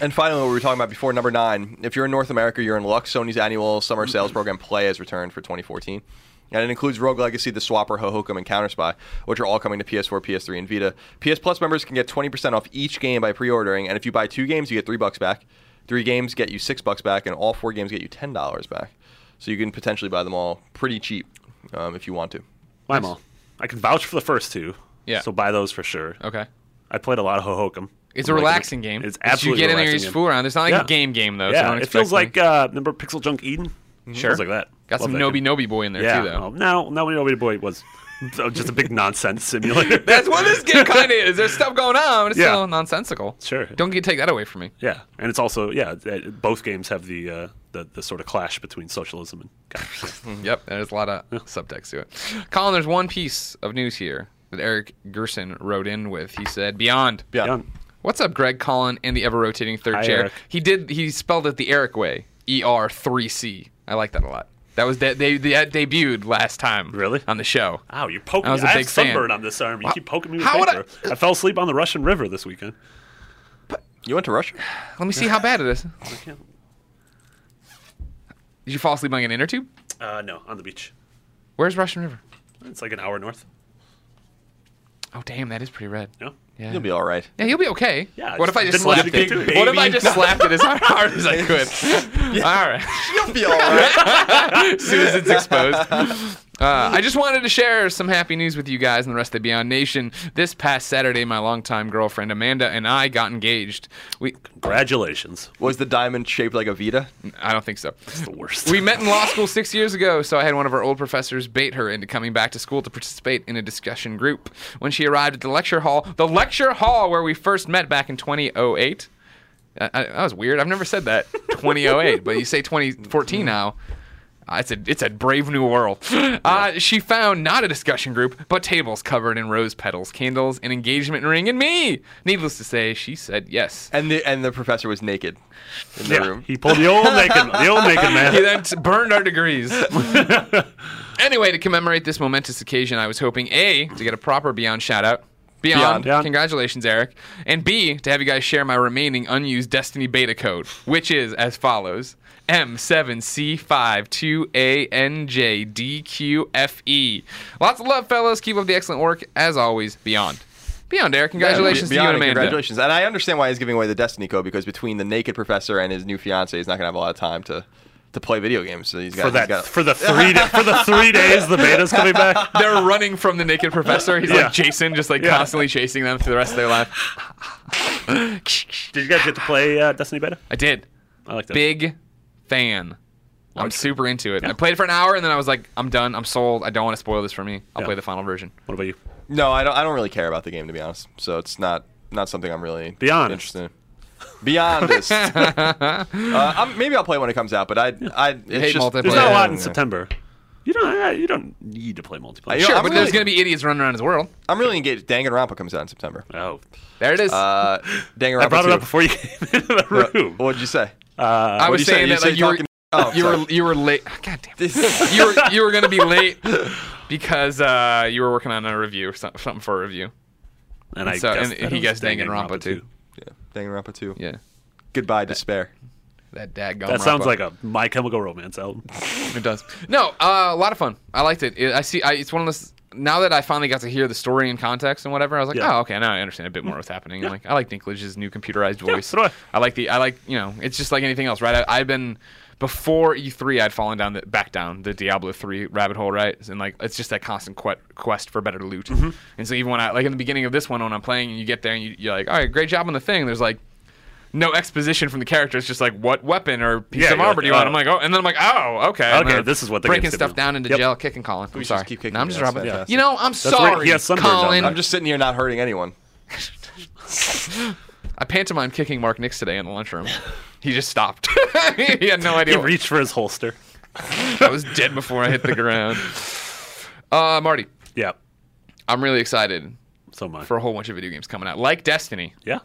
Speaker 4: And finally, what we were talking about before, number nine. If you're in North America, you're in luck. Sony's annual summer sales program, Play, has returned for 2014. And it includes Rogue Legacy, The Swapper, Hohokam, and Counterspy, which are all coming to PS4, PS3, and Vita. PS Plus members can get 20% off each game by pre-ordering, and if you buy two games, you get three bucks back. Three games get you six bucks back, and all four games get you ten dollars back. So you can potentially buy them all pretty cheap um, if you want to.
Speaker 3: Buy 'em all. I can vouch for the first two.
Speaker 2: Yeah.
Speaker 3: So buy those for sure.
Speaker 2: Okay.
Speaker 3: I played a lot of Hohokam.
Speaker 2: It's a
Speaker 3: I'm liking it.
Speaker 2: relaxing game.
Speaker 3: It's
Speaker 2: That
Speaker 3: absolutely
Speaker 2: You get in there,
Speaker 3: relaxing
Speaker 2: you just
Speaker 3: game.
Speaker 2: fool around. It's not like
Speaker 3: Yeah.
Speaker 2: a game game though. so
Speaker 3: Yeah,
Speaker 2: don't
Speaker 3: it
Speaker 2: expect
Speaker 3: feels like
Speaker 2: anything.
Speaker 3: uh, remember Pixel Junk Eden. Sure, like that.
Speaker 2: got some
Speaker 3: Love that game.
Speaker 2: Nobi Nobi boy in there
Speaker 3: Yeah.
Speaker 2: too though.
Speaker 3: Well, now, now we know what a boy was. Oh, just a big nonsense simulator.
Speaker 2: That's what this game kind of is. There's stuff going on, but it's
Speaker 3: Yeah.
Speaker 2: still nonsensical.
Speaker 3: Sure.
Speaker 2: Don't get take that away from me.
Speaker 3: Yeah, and it's also yeah. uh, Both games have the uh, the, the sort of clash between socialism and capitalism.
Speaker 2: Yep, there's a lot of subtext to it. Colin, there's one piece of news here that Eric Gerson wrote in with. He said, "Beyond."
Speaker 4: Yeah.
Speaker 3: Done.
Speaker 2: What's up, Greg Colin and the ever rotating third
Speaker 3: Hi,
Speaker 2: chair?
Speaker 3: Eric.
Speaker 2: He did. He spelled it the Eric way. E R three C. I like that a lot. That was de- they, they debuted last time.
Speaker 3: Really?
Speaker 2: On the show.
Speaker 3: Wow, you're poking.
Speaker 2: I was
Speaker 3: me.
Speaker 2: a
Speaker 3: I
Speaker 2: big
Speaker 3: have
Speaker 2: fan.
Speaker 3: sunburn on this arm. You
Speaker 2: Wha-
Speaker 3: keep poking me with
Speaker 2: How would
Speaker 3: paper. I... fell asleep on the Russian River this weekend.
Speaker 4: You went to Russia?
Speaker 2: Let me see how bad it is.
Speaker 3: I can't-
Speaker 2: Did you fall asleep on an inner tube?
Speaker 3: Uh, no, on the beach.
Speaker 2: Where's Russian River?
Speaker 3: It's like an hour north.
Speaker 2: Oh damn, that is pretty red.
Speaker 3: No.
Speaker 2: Yeah.
Speaker 4: You'll be all right.
Speaker 2: yeah, you'll be okay.
Speaker 3: Yeah,
Speaker 2: What if I just
Speaker 3: just didn't want
Speaker 2: slapped
Speaker 3: you to
Speaker 2: it?
Speaker 3: get too
Speaker 2: What if I
Speaker 3: baby.
Speaker 2: just slapped it as hard as I could? All right.
Speaker 4: You'll be all right.
Speaker 2: as soon as it's exposed. Uh, I just wanted to share some happy news with you guys and the rest of the Beyond Nation. This past Saturday, my longtime girlfriend Amanda and I got engaged. We,
Speaker 3: Congratulations.
Speaker 4: Was the diamond shaped like a Vita?
Speaker 2: I don't think so.
Speaker 3: It's the worst.
Speaker 2: We met in law school six years ago, so I had one of our old professors bait her into coming back to school to participate in a discussion group. When she arrived at the lecture hall, the lecture hall where we first met back in 2008. Uh, I, that was weird. I've never said that 2008, but you say 2014 now. Uh, it's a it's a brave new world. Uh, she found not a discussion group, but tables covered in rose petals, candles, an engagement ring, and me. Needless to say, she said yes.
Speaker 4: And the and the professor was naked in the
Speaker 3: Yeah,
Speaker 4: room.
Speaker 3: he pulled the old naked, the old naked man.
Speaker 2: he then t- burned our degrees. anyway, to commemorate this momentous occasion, I was hoping A, to get a proper Beyond shout out. Beyond,
Speaker 4: Beyond,
Speaker 3: Beyond.
Speaker 2: congratulations, Eric. And B, to have you guys share my remaining unused Destiny beta code, which is as follows M7C52ANJDQFE. E. Lots of love, fellas. Keep up the excellent work. As always, Beyond. Beyond, Eric. Congratulations
Speaker 4: Beyond
Speaker 2: to you and Amanda.
Speaker 4: Congratulations. And I understand why he's giving away the Destiny code because between the naked professor and his new fiance, he's not going to have a lot of time to to play video games. So he's got,
Speaker 3: for
Speaker 4: he's
Speaker 3: that
Speaker 4: got-
Speaker 3: for the three da- for the three days the beta's coming back.
Speaker 2: They're running from the naked professor. He's
Speaker 3: Yeah.
Speaker 2: like Jason, just like
Speaker 3: Yeah.
Speaker 2: constantly chasing them for the rest of their life.
Speaker 3: Did you guys get to play uh, Destiny beta?
Speaker 2: I did.
Speaker 3: I like that.
Speaker 2: Big fan. I'm super into it. I played it for an hour and then I was like, I'm done. I'm sold. I don't want to spoil this for me. I'll
Speaker 3: Yeah.
Speaker 2: play the final version.
Speaker 3: What about you?
Speaker 4: No, I don't. I don't really care about the game to be honest. So it's not not something I'm really
Speaker 3: Be honest.
Speaker 4: interested. in. Beyondist. uh, I'm, maybe I'll play when it comes out, but I I it's
Speaker 2: hate
Speaker 4: just,
Speaker 2: multiplayer.
Speaker 3: There's not a lot in
Speaker 4: Yeah.
Speaker 3: September. You don't uh, you don't need to play multiplayer.
Speaker 4: You know,
Speaker 2: sure,
Speaker 4: I'm
Speaker 2: but there's
Speaker 4: really-
Speaker 2: going to be idiots running around his world.
Speaker 4: I'm really engaged. Danganronpa comes out in September.
Speaker 3: oh,
Speaker 2: There it is.
Speaker 4: Uh, Danganronpa.
Speaker 3: I brought it up
Speaker 4: 2.
Speaker 3: before you came into the room. Uh,
Speaker 4: What did you say?
Speaker 2: I was
Speaker 4: you say?
Speaker 2: saying
Speaker 4: You
Speaker 2: that
Speaker 4: say
Speaker 2: like, you, were,
Speaker 4: talking- oh,
Speaker 2: you were
Speaker 4: sorry.
Speaker 2: you were late. God damn. it. you were you were going to be late because uh, you were working on a review or some- something for a review.
Speaker 3: and I
Speaker 2: So,
Speaker 3: guessed
Speaker 2: and
Speaker 3: that
Speaker 2: he
Speaker 3: it
Speaker 2: guessed
Speaker 3: was
Speaker 2: Danganronpa too.
Speaker 4: yeah, Danganronpa 2.
Speaker 2: Yeah.
Speaker 4: Goodbye, despair.
Speaker 2: That daggum.
Speaker 3: That sounds like a My Chemical Romance album.
Speaker 2: It does. No, uh, a lot of fun. I liked it. It- I see. I, it's one of those. Now that I finally got to hear the story in context and whatever, I was like,
Speaker 3: Yeah.
Speaker 2: oh, okay, now I understand a bit more what's happening. Like, I like Dinklage's new computerized voice.
Speaker 3: so do I.
Speaker 2: like the. I like you know. It's just like anything else, right? I, I've been before E3, I'd fallen down the back down the Diablo three rabbit hole, right? And like, it's just that constant que- quest for better loot.
Speaker 3: Mm-hmm.
Speaker 2: And so even when I like in the beginning of this one, when I'm playing, and you get there and you, you're like, all right, great job on the thing. There's like. No exposition from the character. It's just like what weapon or piece
Speaker 3: Yeah,
Speaker 2: of
Speaker 3: you're
Speaker 2: armor do
Speaker 3: like,
Speaker 2: you want?
Speaker 3: oh.
Speaker 2: I'm like, oh, and then I'm like, oh, okay. And
Speaker 3: Okay,
Speaker 2: I'm
Speaker 3: this is what the
Speaker 2: breaking
Speaker 3: game's
Speaker 2: stuff
Speaker 3: down.
Speaker 2: down into
Speaker 3: Yep.
Speaker 2: jail, kicking Colin. I'm
Speaker 4: should
Speaker 2: sorry.
Speaker 4: just keep kicking
Speaker 2: no, I'm just
Speaker 4: your ass,
Speaker 2: Robin.
Speaker 4: fantastic.
Speaker 2: You know, I'm
Speaker 3: right.
Speaker 2: sorry,
Speaker 3: He has sunburn down
Speaker 2: Colin.
Speaker 3: there.
Speaker 4: I'm just sitting here not hurting anyone.
Speaker 2: I pantomime kicking Mark Nix today in the lunchroom. he just stopped. he had no
Speaker 3: He
Speaker 2: idea.
Speaker 3: reached for his holster.
Speaker 2: I was dead before I hit the ground. Uh, Marty,
Speaker 3: Yeah,
Speaker 2: I'm really excited
Speaker 3: so much.
Speaker 2: for a whole bunch of video games coming out, like Destiny,
Speaker 3: yeah,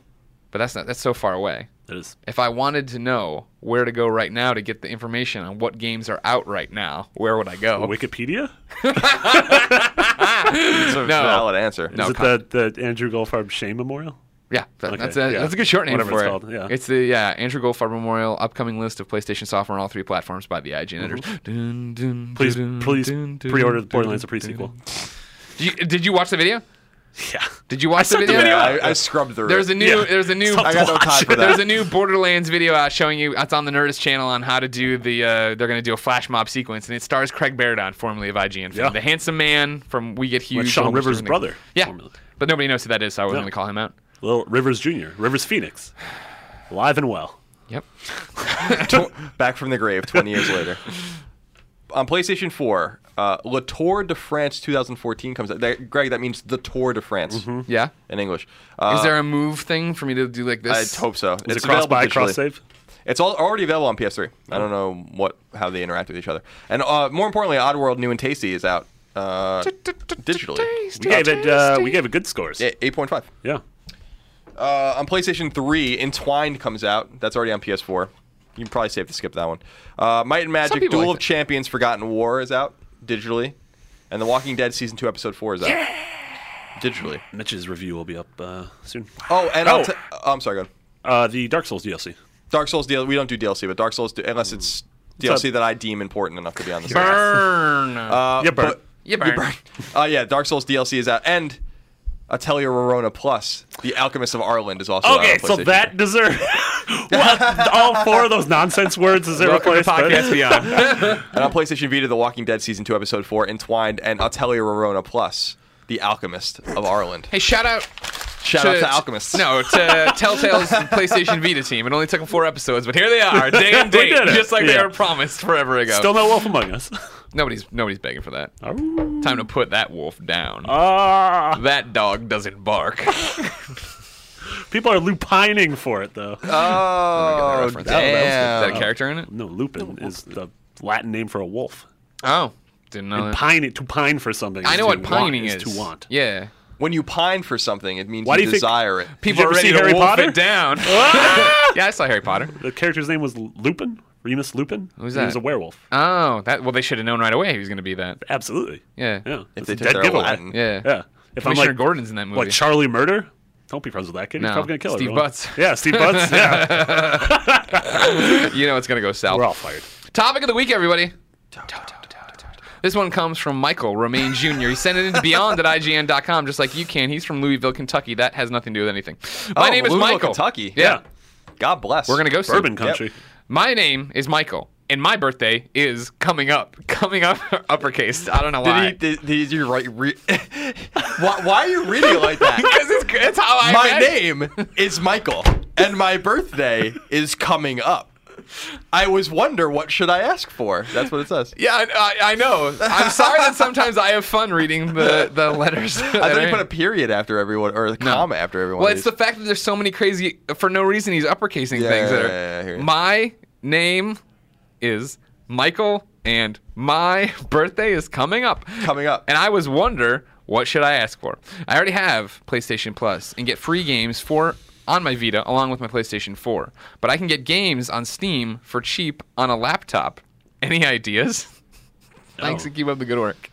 Speaker 2: but that's not that's so far away.
Speaker 3: it is.
Speaker 2: If I wanted to know where to go right now to get the information on what games are out right now, where would I go?
Speaker 3: Wikipedia?
Speaker 4: It's a valid answer.
Speaker 2: No,
Speaker 3: is it
Speaker 2: con-
Speaker 3: the, the Andrew Goldfarb Shame Memorial?
Speaker 2: Yeah, that,
Speaker 3: Okay,
Speaker 2: that's a
Speaker 3: yeah.
Speaker 2: that's a good short name
Speaker 3: Whatever
Speaker 2: for
Speaker 3: it's
Speaker 2: it.
Speaker 3: called, yeah.
Speaker 2: It's the yeah Andrew Goldfarb Memorial upcoming list of PlayStation software on all three platforms by the IGN editors. Dun, dun,
Speaker 3: Mm-hmm. Please,
Speaker 2: dun,
Speaker 3: please
Speaker 2: dun, dun,
Speaker 3: pre-order the
Speaker 2: dun,
Speaker 3: Borderlands a
Speaker 2: dun,
Speaker 3: pre-sequel.
Speaker 2: dun. Did you, did you watch the video?
Speaker 3: Yeah.
Speaker 2: Did you watch the
Speaker 3: sent the
Speaker 2: video?
Speaker 3: video out.
Speaker 4: Yeah, I, I scrubbed through.
Speaker 2: There's a
Speaker 4: it.
Speaker 2: new
Speaker 3: Yeah.
Speaker 2: there's a new
Speaker 4: I got no time for that.
Speaker 2: there's a new Borderlands video out showing you. It's on the Nerdist channel on how to do the. Uh, they're going to do a flash mob sequence, and it stars Craig Bairdon, formerly of IGN, fame,
Speaker 3: Yeah.
Speaker 2: the handsome man from We Get Huge.
Speaker 3: Like Sean
Speaker 2: a whole bunch of
Speaker 3: Rivers'
Speaker 2: different
Speaker 3: brother,
Speaker 2: things. Yeah,
Speaker 3: formerly.
Speaker 2: but nobody knows who that is, so I wasn't
Speaker 3: No.
Speaker 2: going to call him out.
Speaker 3: Little Rivers Jr., Rivers Phoenix. Live and well.
Speaker 2: Yep.
Speaker 4: Tw- back from the grave 20 years later. On PlayStation 4, uh, Le Tour de France 2014 comes out. That, Greg, that means the Tour de France
Speaker 2: Yeah.
Speaker 4: in English. Uh,
Speaker 2: Mm-hmm. Is there a move thing for me to do like
Speaker 4: I
Speaker 2: this?
Speaker 4: hope so.
Speaker 3: Is it cross
Speaker 4: available
Speaker 3: buy,
Speaker 4: digitally.
Speaker 3: cross save?
Speaker 4: It's all already available on PS3.
Speaker 2: Oh.
Speaker 4: I don't know what how they interact with each other. And uh, more importantly, Oddworld New and Tasty is out uh, digitally.
Speaker 3: We gave it. Uh, we gave it good scores.
Speaker 4: Eh, 8.5.
Speaker 3: Yeah.
Speaker 4: Uh, on PlayStation 3, Entwined comes out. That's already on PS4. You can probably save to skip that one. Uh, Might and Magic
Speaker 2: people like
Speaker 4: Duel of
Speaker 2: it.
Speaker 4: Champions Forgotten War is out digitally. And The Walking Dead Season 2 Episode 4 is out digitally.
Speaker 3: Mitch's review will be up uh, soon.
Speaker 4: Oh, and
Speaker 3: Oh.
Speaker 4: I'll t- oh, I'm sorry, go ahead.
Speaker 3: Uh, the Dark Souls DLC.
Speaker 4: Dark Souls DLC. We don't do DLC, but Dark Souls, do-
Speaker 3: Mm.
Speaker 4: unless it's DLC that I deem important enough to be on the service.
Speaker 2: Burn.
Speaker 4: Uh,
Speaker 3: Yeah, burn.
Speaker 4: but-
Speaker 2: You burn.
Speaker 4: Uh, yeah, Dark Souls DLC is out. And Atelier Rorona Plus, The Alchemist of Arland is also out on
Speaker 3: Okay, so
Speaker 4: PlayStation
Speaker 3: that deserves. what? All four of those nonsense words is there
Speaker 2: Welcome to
Speaker 3: replaced? by-
Speaker 2: podcast beyond.
Speaker 4: And on PlayStation Vita, The Walking Dead Season 2, Episode 4, Entwined, and Atelier Rorona Plus, The Alchemist of Ireland.
Speaker 2: hey, shout out.
Speaker 4: Shout out to Alchemists.
Speaker 2: No, to Telltale's PlayStation Vita team. It only took them four episodes, but here they are, day and
Speaker 3: We
Speaker 2: date,
Speaker 3: did it.
Speaker 2: just like they
Speaker 3: Yeah.
Speaker 2: were promised forever ago.
Speaker 3: Still no Wolf Among Us.
Speaker 2: nobody's nobody's begging for that.
Speaker 3: Oh.
Speaker 2: Time to put that wolf down.
Speaker 3: Ah,
Speaker 2: that dog doesn't bark.
Speaker 4: Oh,
Speaker 3: people are lupining for it though.
Speaker 4: Oh,
Speaker 2: Reference. Is that a
Speaker 4: damn.
Speaker 2: character in it?
Speaker 3: no, lupin is the Latin name for a wolf.
Speaker 2: Oh, didn't know. That.
Speaker 3: Pine to pine for something.
Speaker 2: I
Speaker 3: is
Speaker 2: know
Speaker 3: to
Speaker 2: what pining
Speaker 3: want,
Speaker 2: is.
Speaker 3: is to want.
Speaker 2: Yeah.
Speaker 4: When you pine for something, it means
Speaker 3: Why do
Speaker 4: you
Speaker 3: you think-
Speaker 4: desire it.
Speaker 2: People
Speaker 3: ever
Speaker 2: are
Speaker 3: see
Speaker 2: ready to
Speaker 3: Harry
Speaker 2: wolf
Speaker 3: Potter?
Speaker 2: it down. yeah, I saw Harry Potter.
Speaker 3: The character's name was Lupin. Remus Lupin. Who's
Speaker 2: that?
Speaker 3: He was a werewolf.
Speaker 2: Oh, that well, they should have known right away he was going to be that.
Speaker 3: Absolutely.
Speaker 2: Yeah.
Speaker 3: Yeah.
Speaker 4: If
Speaker 3: It's
Speaker 4: they
Speaker 3: a
Speaker 4: took
Speaker 3: dead
Speaker 4: their
Speaker 3: giveaway.
Speaker 4: Latin.
Speaker 2: Yeah.
Speaker 3: Yeah. If I'm
Speaker 2: Commissioner
Speaker 3: like,
Speaker 2: Gordon's in that movie.
Speaker 3: like Charlie Murder, don't be friends with that kid.
Speaker 2: No.
Speaker 3: He's probably gonna kill
Speaker 2: Steve
Speaker 3: everyone.
Speaker 2: Butts.
Speaker 3: Yeah, Steve Butts. yeah.
Speaker 2: you know it's going to go south.
Speaker 3: We're all fired.
Speaker 2: Topic of the week, everybody. This one comes from Michael Romaine Jr. He sent it into beyond at IGN.com just like you can. He's from Louisville, Kentucky. That has nothing to do with anything. My
Speaker 4: Oh,
Speaker 2: name is
Speaker 4: Louisville,
Speaker 2: Michael.
Speaker 4: Kentucky.
Speaker 2: Yeah.
Speaker 4: God bless.
Speaker 2: We're going to go soon.
Speaker 3: Bourbon country.
Speaker 2: My name is Michael. and my birthday is coming up. Coming up, uppercase. I don't know why.
Speaker 4: Did he? Did, did you write? Re- why, why are you reading it like that?
Speaker 2: Because it's, it's how I.
Speaker 4: my
Speaker 2: imagine-
Speaker 4: name is Michael, and my birthday is coming up. I was wonder what should I ask for. That's what it says.
Speaker 2: Yeah, I, I, I know. I'm sorry that sometimes I have fun reading the, the letters.
Speaker 4: I thought you put a period after everyone or a comma after everyone.
Speaker 2: Well, it's the fact that there's so many crazy for no reason. He's uppercasing
Speaker 4: Yeah,
Speaker 2: things
Speaker 4: yeah,
Speaker 2: that are.
Speaker 4: yeah, yeah, I hear you.
Speaker 2: my name is Michael, and my birthday is coming up.
Speaker 4: Coming up.
Speaker 2: And I was wonder what should I ask for. I already have PlayStation Plus and get free games for on my Vita along with my PlayStation 4, but I can get games on Steam for cheap on a laptop. Any ideas? Thanks
Speaker 3: No.
Speaker 2: and keep up the good work.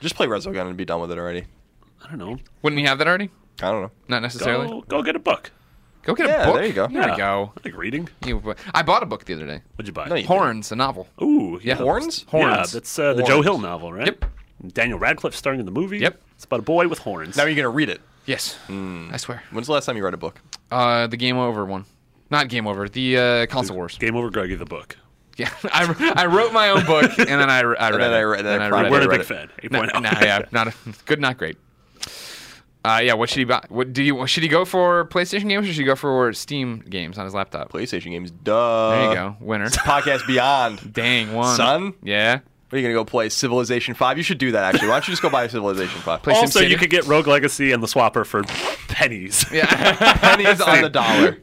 Speaker 4: just play Resogun and be done with it already.
Speaker 3: I don't know.
Speaker 2: Wouldn't we have that already?
Speaker 4: I don't know.
Speaker 2: Not necessarily.
Speaker 3: Go, go get a book.
Speaker 2: Go get
Speaker 4: Yeah,
Speaker 2: a book.
Speaker 4: there you go.
Speaker 2: There
Speaker 3: Yeah.
Speaker 2: you go.
Speaker 3: I like reading.
Speaker 2: You- I bought a book the other day.
Speaker 3: What'd you buy?
Speaker 4: No, you-
Speaker 2: Horns, a novel.
Speaker 3: Ooh, yeah.
Speaker 4: Horns?
Speaker 3: Yeah,
Speaker 2: Horns.
Speaker 3: that's uh, the Joe
Speaker 2: Horns.
Speaker 3: Hill novel, right?
Speaker 2: Yep.
Speaker 3: Daniel Radcliffe starring in the movie.
Speaker 2: Yep.
Speaker 3: It's about a boy with horns.
Speaker 4: Now you're gonna read it.
Speaker 2: Yes,
Speaker 4: Hmm.
Speaker 2: I swear.
Speaker 4: When's the last time you read a book?
Speaker 2: Uh, the Game Over one, not Game Over. The uh, Console Wars.
Speaker 3: Game over, Greggy the book.
Speaker 2: Yeah, I, I wrote my own book and then I, I read
Speaker 4: then
Speaker 2: it.
Speaker 4: I read- then I
Speaker 3: You
Speaker 4: probably
Speaker 3: weren't a
Speaker 4: read
Speaker 3: big
Speaker 4: it.
Speaker 3: fan. Eight
Speaker 2: No,
Speaker 3: point oh.
Speaker 2: no, yeah, not a, good, not great. Uh, yeah, what should he buy? What do you? Should he go for PlayStation games or should he go for Steam games on his laptop?
Speaker 4: PlayStation games. Duh.
Speaker 2: There you go, winner.
Speaker 4: Podcast Beyond.
Speaker 2: Dang one.
Speaker 4: Uh, Son?
Speaker 2: Yeah.
Speaker 4: What are you gonna go play? Civilization Five. You should do that actually. Why don't you just go buy Civilization Five?
Speaker 2: Play-
Speaker 3: Also,
Speaker 2: SimCity.
Speaker 3: you could get Rogue Legacy and the Swapper for pennies.
Speaker 2: Yeah.
Speaker 4: pennies on the dollar.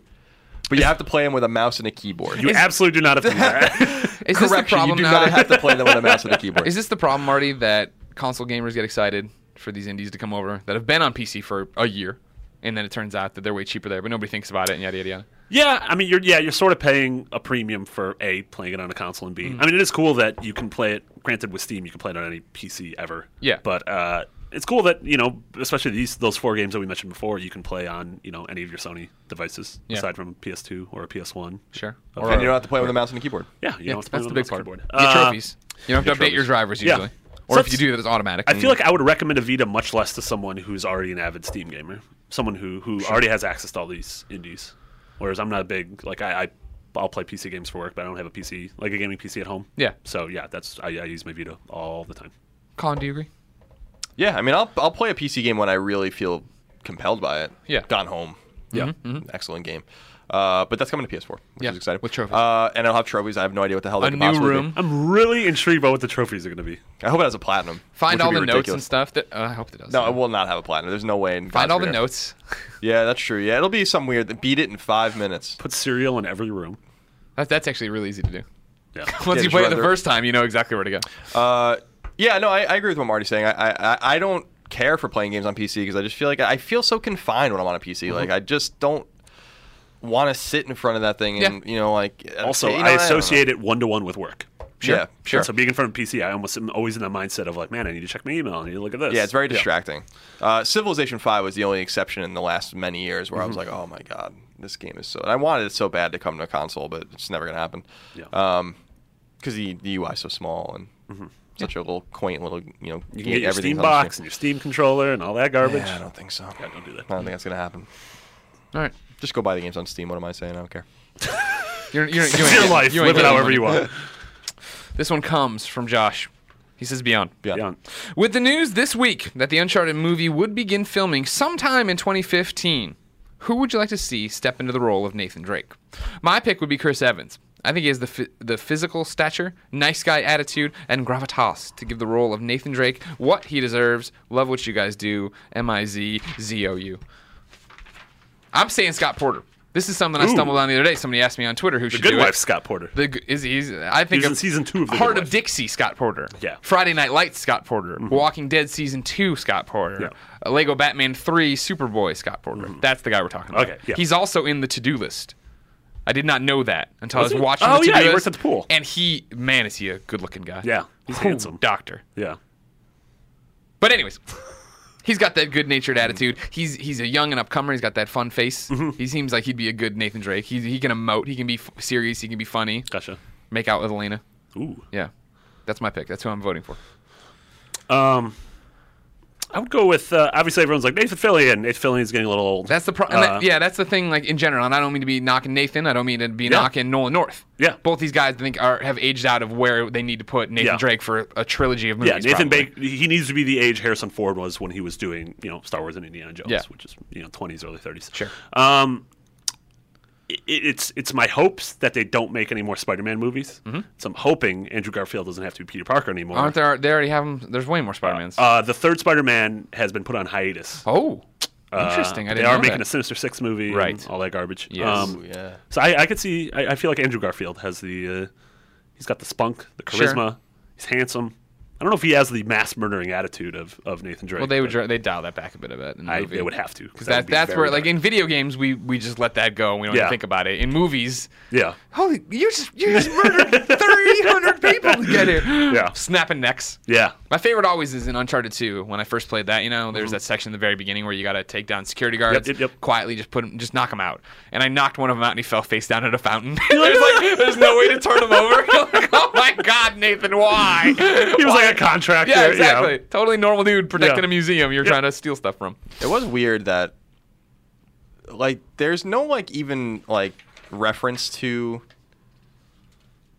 Speaker 4: But you have to play them with a mouse and a keyboard.
Speaker 3: You absolutely do not have to do that.
Speaker 2: Is this the
Speaker 4: Correction, you
Speaker 2: problem
Speaker 4: do
Speaker 2: now?
Speaker 4: not have to play them with a mouse and a keyboard.
Speaker 2: Is this the problem, Marty, that console gamers get excited for these indies to come over that have been on PC for a year, and then it turns out that they're way cheaper there, but nobody thinks about it, and yada yada yada.
Speaker 3: Yeah, I mean, you're yeah, you're sort of paying a premium for a playing it on a console and b. I
Speaker 2: Mm.
Speaker 3: mean, it is cool that you can play it. Granted, with Steam, you can play it on any PC ever.
Speaker 2: Yeah.
Speaker 3: but uh, it's cool that you know, especially these those four games that we mentioned before, you can play on you know any of your Sony devices
Speaker 2: Yeah.
Speaker 3: aside from PS2 or a PS1.
Speaker 2: Sure.
Speaker 3: Okay.
Speaker 4: and you don't have to play with a mouse and a keyboard.
Speaker 3: Yeah, you
Speaker 2: Yeah,
Speaker 3: don't have to play
Speaker 2: that's
Speaker 3: with
Speaker 2: the
Speaker 3: a
Speaker 2: big
Speaker 3: mouse
Speaker 2: part.
Speaker 3: keyboard.
Speaker 2: You
Speaker 3: Uh,
Speaker 2: get trophies. You don't have to update
Speaker 3: trophies.
Speaker 2: your drivers
Speaker 3: Yeah.
Speaker 2: usually, or
Speaker 3: So
Speaker 2: if you
Speaker 3: it's-
Speaker 2: do, that it's automatic.
Speaker 3: I feel like I would recommend a Vita much less to someone who's already an avid Steam gamer, someone who who already has access to all these indies. Whereas I'm not a big like I, I I'll play PC games for work, but I don't have a PC like a gaming PC at home.
Speaker 2: Yeah.
Speaker 3: So yeah, that's I, I use my Vita all the time.
Speaker 2: Colin, do you agree?
Speaker 4: Yeah, I mean, I'll I'll play a PC game when I really feel compelled by it.
Speaker 2: Yeah. Mm-hmm.
Speaker 4: Gone Home.
Speaker 3: Yeah.
Speaker 4: Excellent game. Uh, but that's coming to PS4, which
Speaker 2: Yeah,
Speaker 4: is exciting.
Speaker 2: with trophies.
Speaker 4: Uh, and I'll have trophies. I have no idea what the hell they
Speaker 2: A
Speaker 4: could
Speaker 2: new
Speaker 4: possibly be.
Speaker 2: room.
Speaker 3: I'm really intrigued by what the trophies are going to be.
Speaker 4: I hope it has a platinum.
Speaker 2: Find
Speaker 4: which would
Speaker 2: all the
Speaker 4: be
Speaker 2: notes and
Speaker 4: ridiculous.
Speaker 2: stuff that uh, I hope it does.
Speaker 4: No, it will not have a platinum. There's no way. In
Speaker 2: find
Speaker 4: God's
Speaker 2: all the
Speaker 4: green earth.
Speaker 2: notes.
Speaker 4: Yeah, that's true. Yeah, it'll be some weird. Beat it in five minutes.
Speaker 3: Put cereal in every room.
Speaker 2: That, that's actually really easy to do.
Speaker 3: Yeah.
Speaker 2: Once you
Speaker 4: just
Speaker 2: play it
Speaker 4: run
Speaker 2: the
Speaker 4: through.
Speaker 2: first time, you know exactly where to go.
Speaker 4: Uh, yeah, no, I, I agree with what Marty's saying. I, I, I- I don't care for playing games on PC because I just feel like I feel so confined when I'm on a PC.
Speaker 2: Mm-hmm.
Speaker 4: Like I just don't want to sit in front of that thing and
Speaker 2: Yeah.
Speaker 4: you know like. uh,
Speaker 3: Also,
Speaker 4: you know,
Speaker 3: I
Speaker 4: don't know.
Speaker 3: associate it one to one with work.
Speaker 4: Yeah, sure.
Speaker 3: So being in front of PC, I almost am always in that mindset of like, man, I need to check my email. I need to look at this.
Speaker 4: Yeah, it's very distracting. Uh, Civilization Five was the only exception in the last many years where I
Speaker 3: Mm-hmm.
Speaker 4: was like, oh my god, this game is so. And I wanted it so bad to come to a console, but it's never gonna happen.
Speaker 3: Yeah.
Speaker 4: because the, the UI is so small and such a little quaint little you know
Speaker 3: Mm-hmm. you can get your
Speaker 4: everything's
Speaker 3: Steam
Speaker 4: on the
Speaker 3: box and your Steam controller and all that garbage.
Speaker 4: Yeah, I don't think so. I
Speaker 3: don't do that.
Speaker 4: don't think that's gonna happen.
Speaker 2: All right,
Speaker 4: Just go buy the games on Steam. What am I saying? I don't care.
Speaker 2: you're, you're, you ain't
Speaker 3: It's your
Speaker 2: getting-
Speaker 3: life.
Speaker 2: you ain't
Speaker 3: Live it
Speaker 2: getting
Speaker 3: however
Speaker 2: money.
Speaker 3: you want.
Speaker 2: This one comes from Josh. He says, "Beyond."
Speaker 4: Yeah.
Speaker 3: Yeah.
Speaker 2: With the news this week that the Uncharted movie would begin filming sometime in 2015, who would you like to see step into the role of Nathan Drake? My pick would be Chris Evans. I think he has the, phy- the physical stature, nice guy attitude, and gravitas to give the role of Nathan Drake what he deserves. Love what you guys do. M I Z Z O U. I'm saying Scott Porter. This is something I
Speaker 3: Ooh.
Speaker 2: stumbled on the other day. Somebody asked me on Twitter who
Speaker 3: The
Speaker 2: should
Speaker 3: Good
Speaker 2: do
Speaker 3: Wife,
Speaker 2: it.
Speaker 3: Scott Porter.
Speaker 2: The g- is he's I think
Speaker 3: He was
Speaker 2: of
Speaker 3: in season two of The
Speaker 2: Heart
Speaker 3: Good
Speaker 2: of
Speaker 3: Wife.
Speaker 2: Dixie Scott Porter.
Speaker 3: Yeah. Mm-hmm.
Speaker 2: Friday Night Lights Scott Porter. Walking Dead season two Scott Porter.
Speaker 3: Yeah. Mm-hmm.
Speaker 2: Uh, Lego Batman three Superboy Scott Porter. That's the guy we're talking about.
Speaker 3: Okay, yeah.
Speaker 2: He's also in the to do list. I did not know that until
Speaker 3: Was
Speaker 2: I was
Speaker 3: he?
Speaker 2: watching the
Speaker 3: Oh,
Speaker 2: to-do
Speaker 3: yeah, he
Speaker 2: list,
Speaker 3: works at the pool.
Speaker 2: And he man is he a good looking guy.
Speaker 3: Yeah, he's
Speaker 2: Ooh,
Speaker 3: handsome.
Speaker 2: Doctor.
Speaker 3: Yeah.
Speaker 2: But anyways, he's got that good natured attitude. He's he's a young and upcomer. He's got that fun face.
Speaker 3: Mm-hmm.
Speaker 2: He seems like he'd be a good Nathan Drake. He, he can emote. He can be f- serious. He can be funny.
Speaker 3: Gotcha.
Speaker 2: Make out with Elena.
Speaker 3: Ooh.
Speaker 2: Yeah. That's my pick. That's who I'm voting for.
Speaker 3: Um, I would go with uh, obviously everyone's like Nathan Fillion. Nathan Fillion's getting a little old.
Speaker 2: That's the problem.
Speaker 3: Uh.
Speaker 2: yeah, that's the thing. Like in general, and I don't mean to be knocking Nathan. I don't mean to be
Speaker 3: Yeah.
Speaker 2: knocking Nolan North.
Speaker 3: Yeah.
Speaker 2: both these guys I think are have aged out of where they need to put Nathan
Speaker 3: Yeah.
Speaker 2: Drake for a trilogy of movies.
Speaker 3: yeah, Nathan
Speaker 2: probably.
Speaker 3: Bake. He needs to be the age Harrison Ford was when he was doing you know Star Wars and Indiana Jones,
Speaker 2: Yeah.
Speaker 3: which is you know twenties, early thirties.
Speaker 2: Sure.
Speaker 3: Um, it, it's it's my hopes that they don't make any more Spider-Man movies. So I'm hoping Andrew Garfield doesn't have to be Peter Parker anymore.
Speaker 2: Mm-hmm. Aren't there? They already have them. There's way more Spider Mans.
Speaker 3: Uh, the third Spider-Man has been put on hiatus.
Speaker 2: oh,
Speaker 3: Uh,
Speaker 2: interesting. I
Speaker 3: they
Speaker 2: didn't
Speaker 3: are
Speaker 2: know
Speaker 3: making
Speaker 2: that.
Speaker 3: a Sinister Six movie, and
Speaker 2: Right.
Speaker 3: all that garbage.
Speaker 2: Yes.
Speaker 4: Ooh,
Speaker 3: Um,
Speaker 4: yeah.
Speaker 3: so I, I could see. I, I feel like Andrew Garfield has the. Uh, he's got the spunk, the
Speaker 2: Sure.
Speaker 3: charisma. He's handsome. I don't know if he has the mass murdering attitude of, of Nathan Drake.
Speaker 2: Well, they would
Speaker 3: but
Speaker 2: dr- they dial that back a bit a bit. In the
Speaker 3: I,
Speaker 2: movie.
Speaker 3: they would have to
Speaker 2: Because
Speaker 3: because
Speaker 2: that, that's where, like, in video games, we, we just let that go and we don't even
Speaker 3: Yeah.
Speaker 2: think about it. In movies,
Speaker 3: yeah.
Speaker 2: holy, you just you just murdered three hundred people to get here.
Speaker 3: Yeah.
Speaker 2: snapping necks.
Speaker 3: Yeah.
Speaker 2: My favorite always is in Uncharted 2 when I first played that. You know, there's that section in the very beginning where you got to take down security guards,
Speaker 3: yep, yep.
Speaker 2: quietly just put him, just knock him out. And I knocked one of them out and he fell face down at a fountain. there's like, there's no way to turn him over. You're like, oh my God, Nathan, why?
Speaker 3: He was like a contractor.
Speaker 2: yeah, exactly. Totally normal dude protecting
Speaker 3: Yeah.
Speaker 2: a museum you're trying to steal stuff from.
Speaker 4: It was weird that like there's no like even like reference to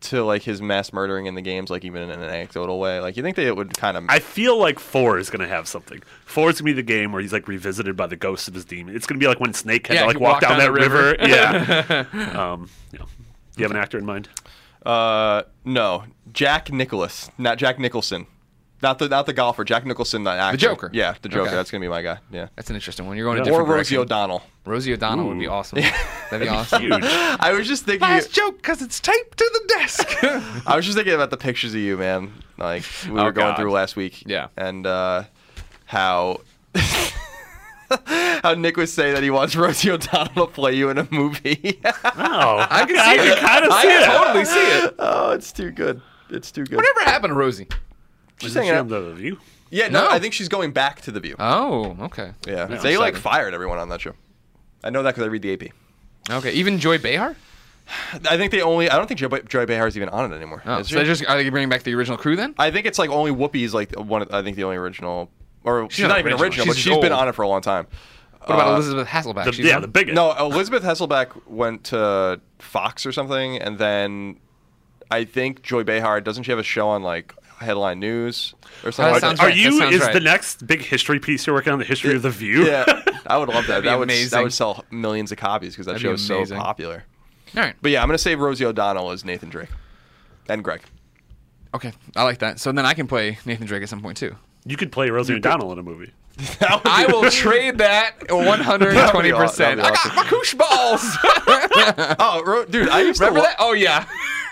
Speaker 4: to like his mass murdering in the games like even in an anecdotal way. Like you think they would kind of
Speaker 3: I feel like four is gonna have something. Four is gonna be the game where he's like revisited by the ghosts of his demon. It's gonna be like when Snake had
Speaker 2: Yeah,
Speaker 3: to
Speaker 2: he
Speaker 3: like walk
Speaker 2: walked down
Speaker 3: down, that
Speaker 2: the river.
Speaker 3: river. yeah. Um, yeah. Do you have an actor in mind?
Speaker 4: uh no, Jack Nicholas, not Jack Nicholson. Not the not the golfer, Jack Nicholson the actor.
Speaker 2: Joker.
Speaker 4: Yeah, the Joker.
Speaker 2: Okay.
Speaker 4: That's going to be my guy. Yeah.
Speaker 2: That's an interesting one. You're going to
Speaker 4: Or
Speaker 2: different
Speaker 4: Rosie
Speaker 2: direction.
Speaker 4: O'Donnell.
Speaker 2: Rosie O'Donnell would be awesome. That'd be awesome.
Speaker 3: Huge.
Speaker 4: I was just thinking
Speaker 2: joke because it's taped to the desk.
Speaker 4: I was just thinking about the pictures of you, man. Like we were
Speaker 2: Oh,
Speaker 4: going
Speaker 2: God.
Speaker 4: through last week.
Speaker 2: Yeah.
Speaker 4: And uh, how how Nick was saying that he wants Rosie O'Donnell to play you in a movie.
Speaker 3: Oh,
Speaker 2: I can see
Speaker 3: I
Speaker 2: it.
Speaker 3: can kind of
Speaker 2: I
Speaker 3: see it.
Speaker 2: can totally see it.
Speaker 4: oh, it's too good. It's too good.
Speaker 2: Whatever happened to Rosie?
Speaker 4: She's
Speaker 3: Isn't she
Speaker 4: hanging
Speaker 3: on
Speaker 4: out.
Speaker 3: the review?
Speaker 4: Yeah, no,
Speaker 2: No.
Speaker 4: I think she's going back to the View.
Speaker 2: Oh, okay.
Speaker 4: yeah,
Speaker 3: Yeah.
Speaker 4: they like
Speaker 2: Exciting.
Speaker 4: fired everyone on that show. I know that because I read the AP.
Speaker 2: Okay, even Joy Behar?
Speaker 4: I think they only. I don't think Joy, Joy Behar's even on it anymore.
Speaker 2: Oh,
Speaker 4: is
Speaker 2: so
Speaker 4: she?
Speaker 2: they're just are they bringing back the original crew then?
Speaker 4: I think it's like only Whoopi's like one. Of, I think the only original, or she's, not, even original, but
Speaker 2: She's
Speaker 4: she's been
Speaker 2: old.
Speaker 4: on it for a long time.
Speaker 2: What about
Speaker 4: Uh,
Speaker 2: Elizabeth Hasselbeck?
Speaker 3: The,
Speaker 2: She's
Speaker 3: yeah,
Speaker 2: on-
Speaker 3: the bigot.
Speaker 4: No, Elizabeth Hasselbeck went to Fox or something, and then I think Joy Behar doesn't she have a show on like Headline News or something?
Speaker 3: Are,
Speaker 4: like
Speaker 2: sounds
Speaker 3: are
Speaker 2: right, that
Speaker 3: you?
Speaker 2: sounds
Speaker 3: Is the
Speaker 2: right.
Speaker 3: next big history piece you're working on the history of the View?
Speaker 4: Yeah, I would love that.
Speaker 2: be
Speaker 4: that would that
Speaker 2: amazing.
Speaker 4: would sell millions of copies because that
Speaker 2: That'd be
Speaker 4: show is so
Speaker 2: amazing.
Speaker 4: popular.
Speaker 2: All right.
Speaker 4: But yeah, I'm gonna save Rosie O'Donnell as Nathan Drake and Greg.
Speaker 2: Okay, I like that. So then I can play Nathan Drake at some point too.
Speaker 3: You could play Rosie O'Donnell in a movie.
Speaker 4: That would
Speaker 2: I
Speaker 4: be-
Speaker 2: will trade that 120%.
Speaker 4: That'd be
Speaker 2: I got
Speaker 4: awesome.
Speaker 2: my koosh balls.
Speaker 4: Oh, Ro- dude, I used
Speaker 2: Remember
Speaker 4: to lo-
Speaker 2: that? Oh yeah.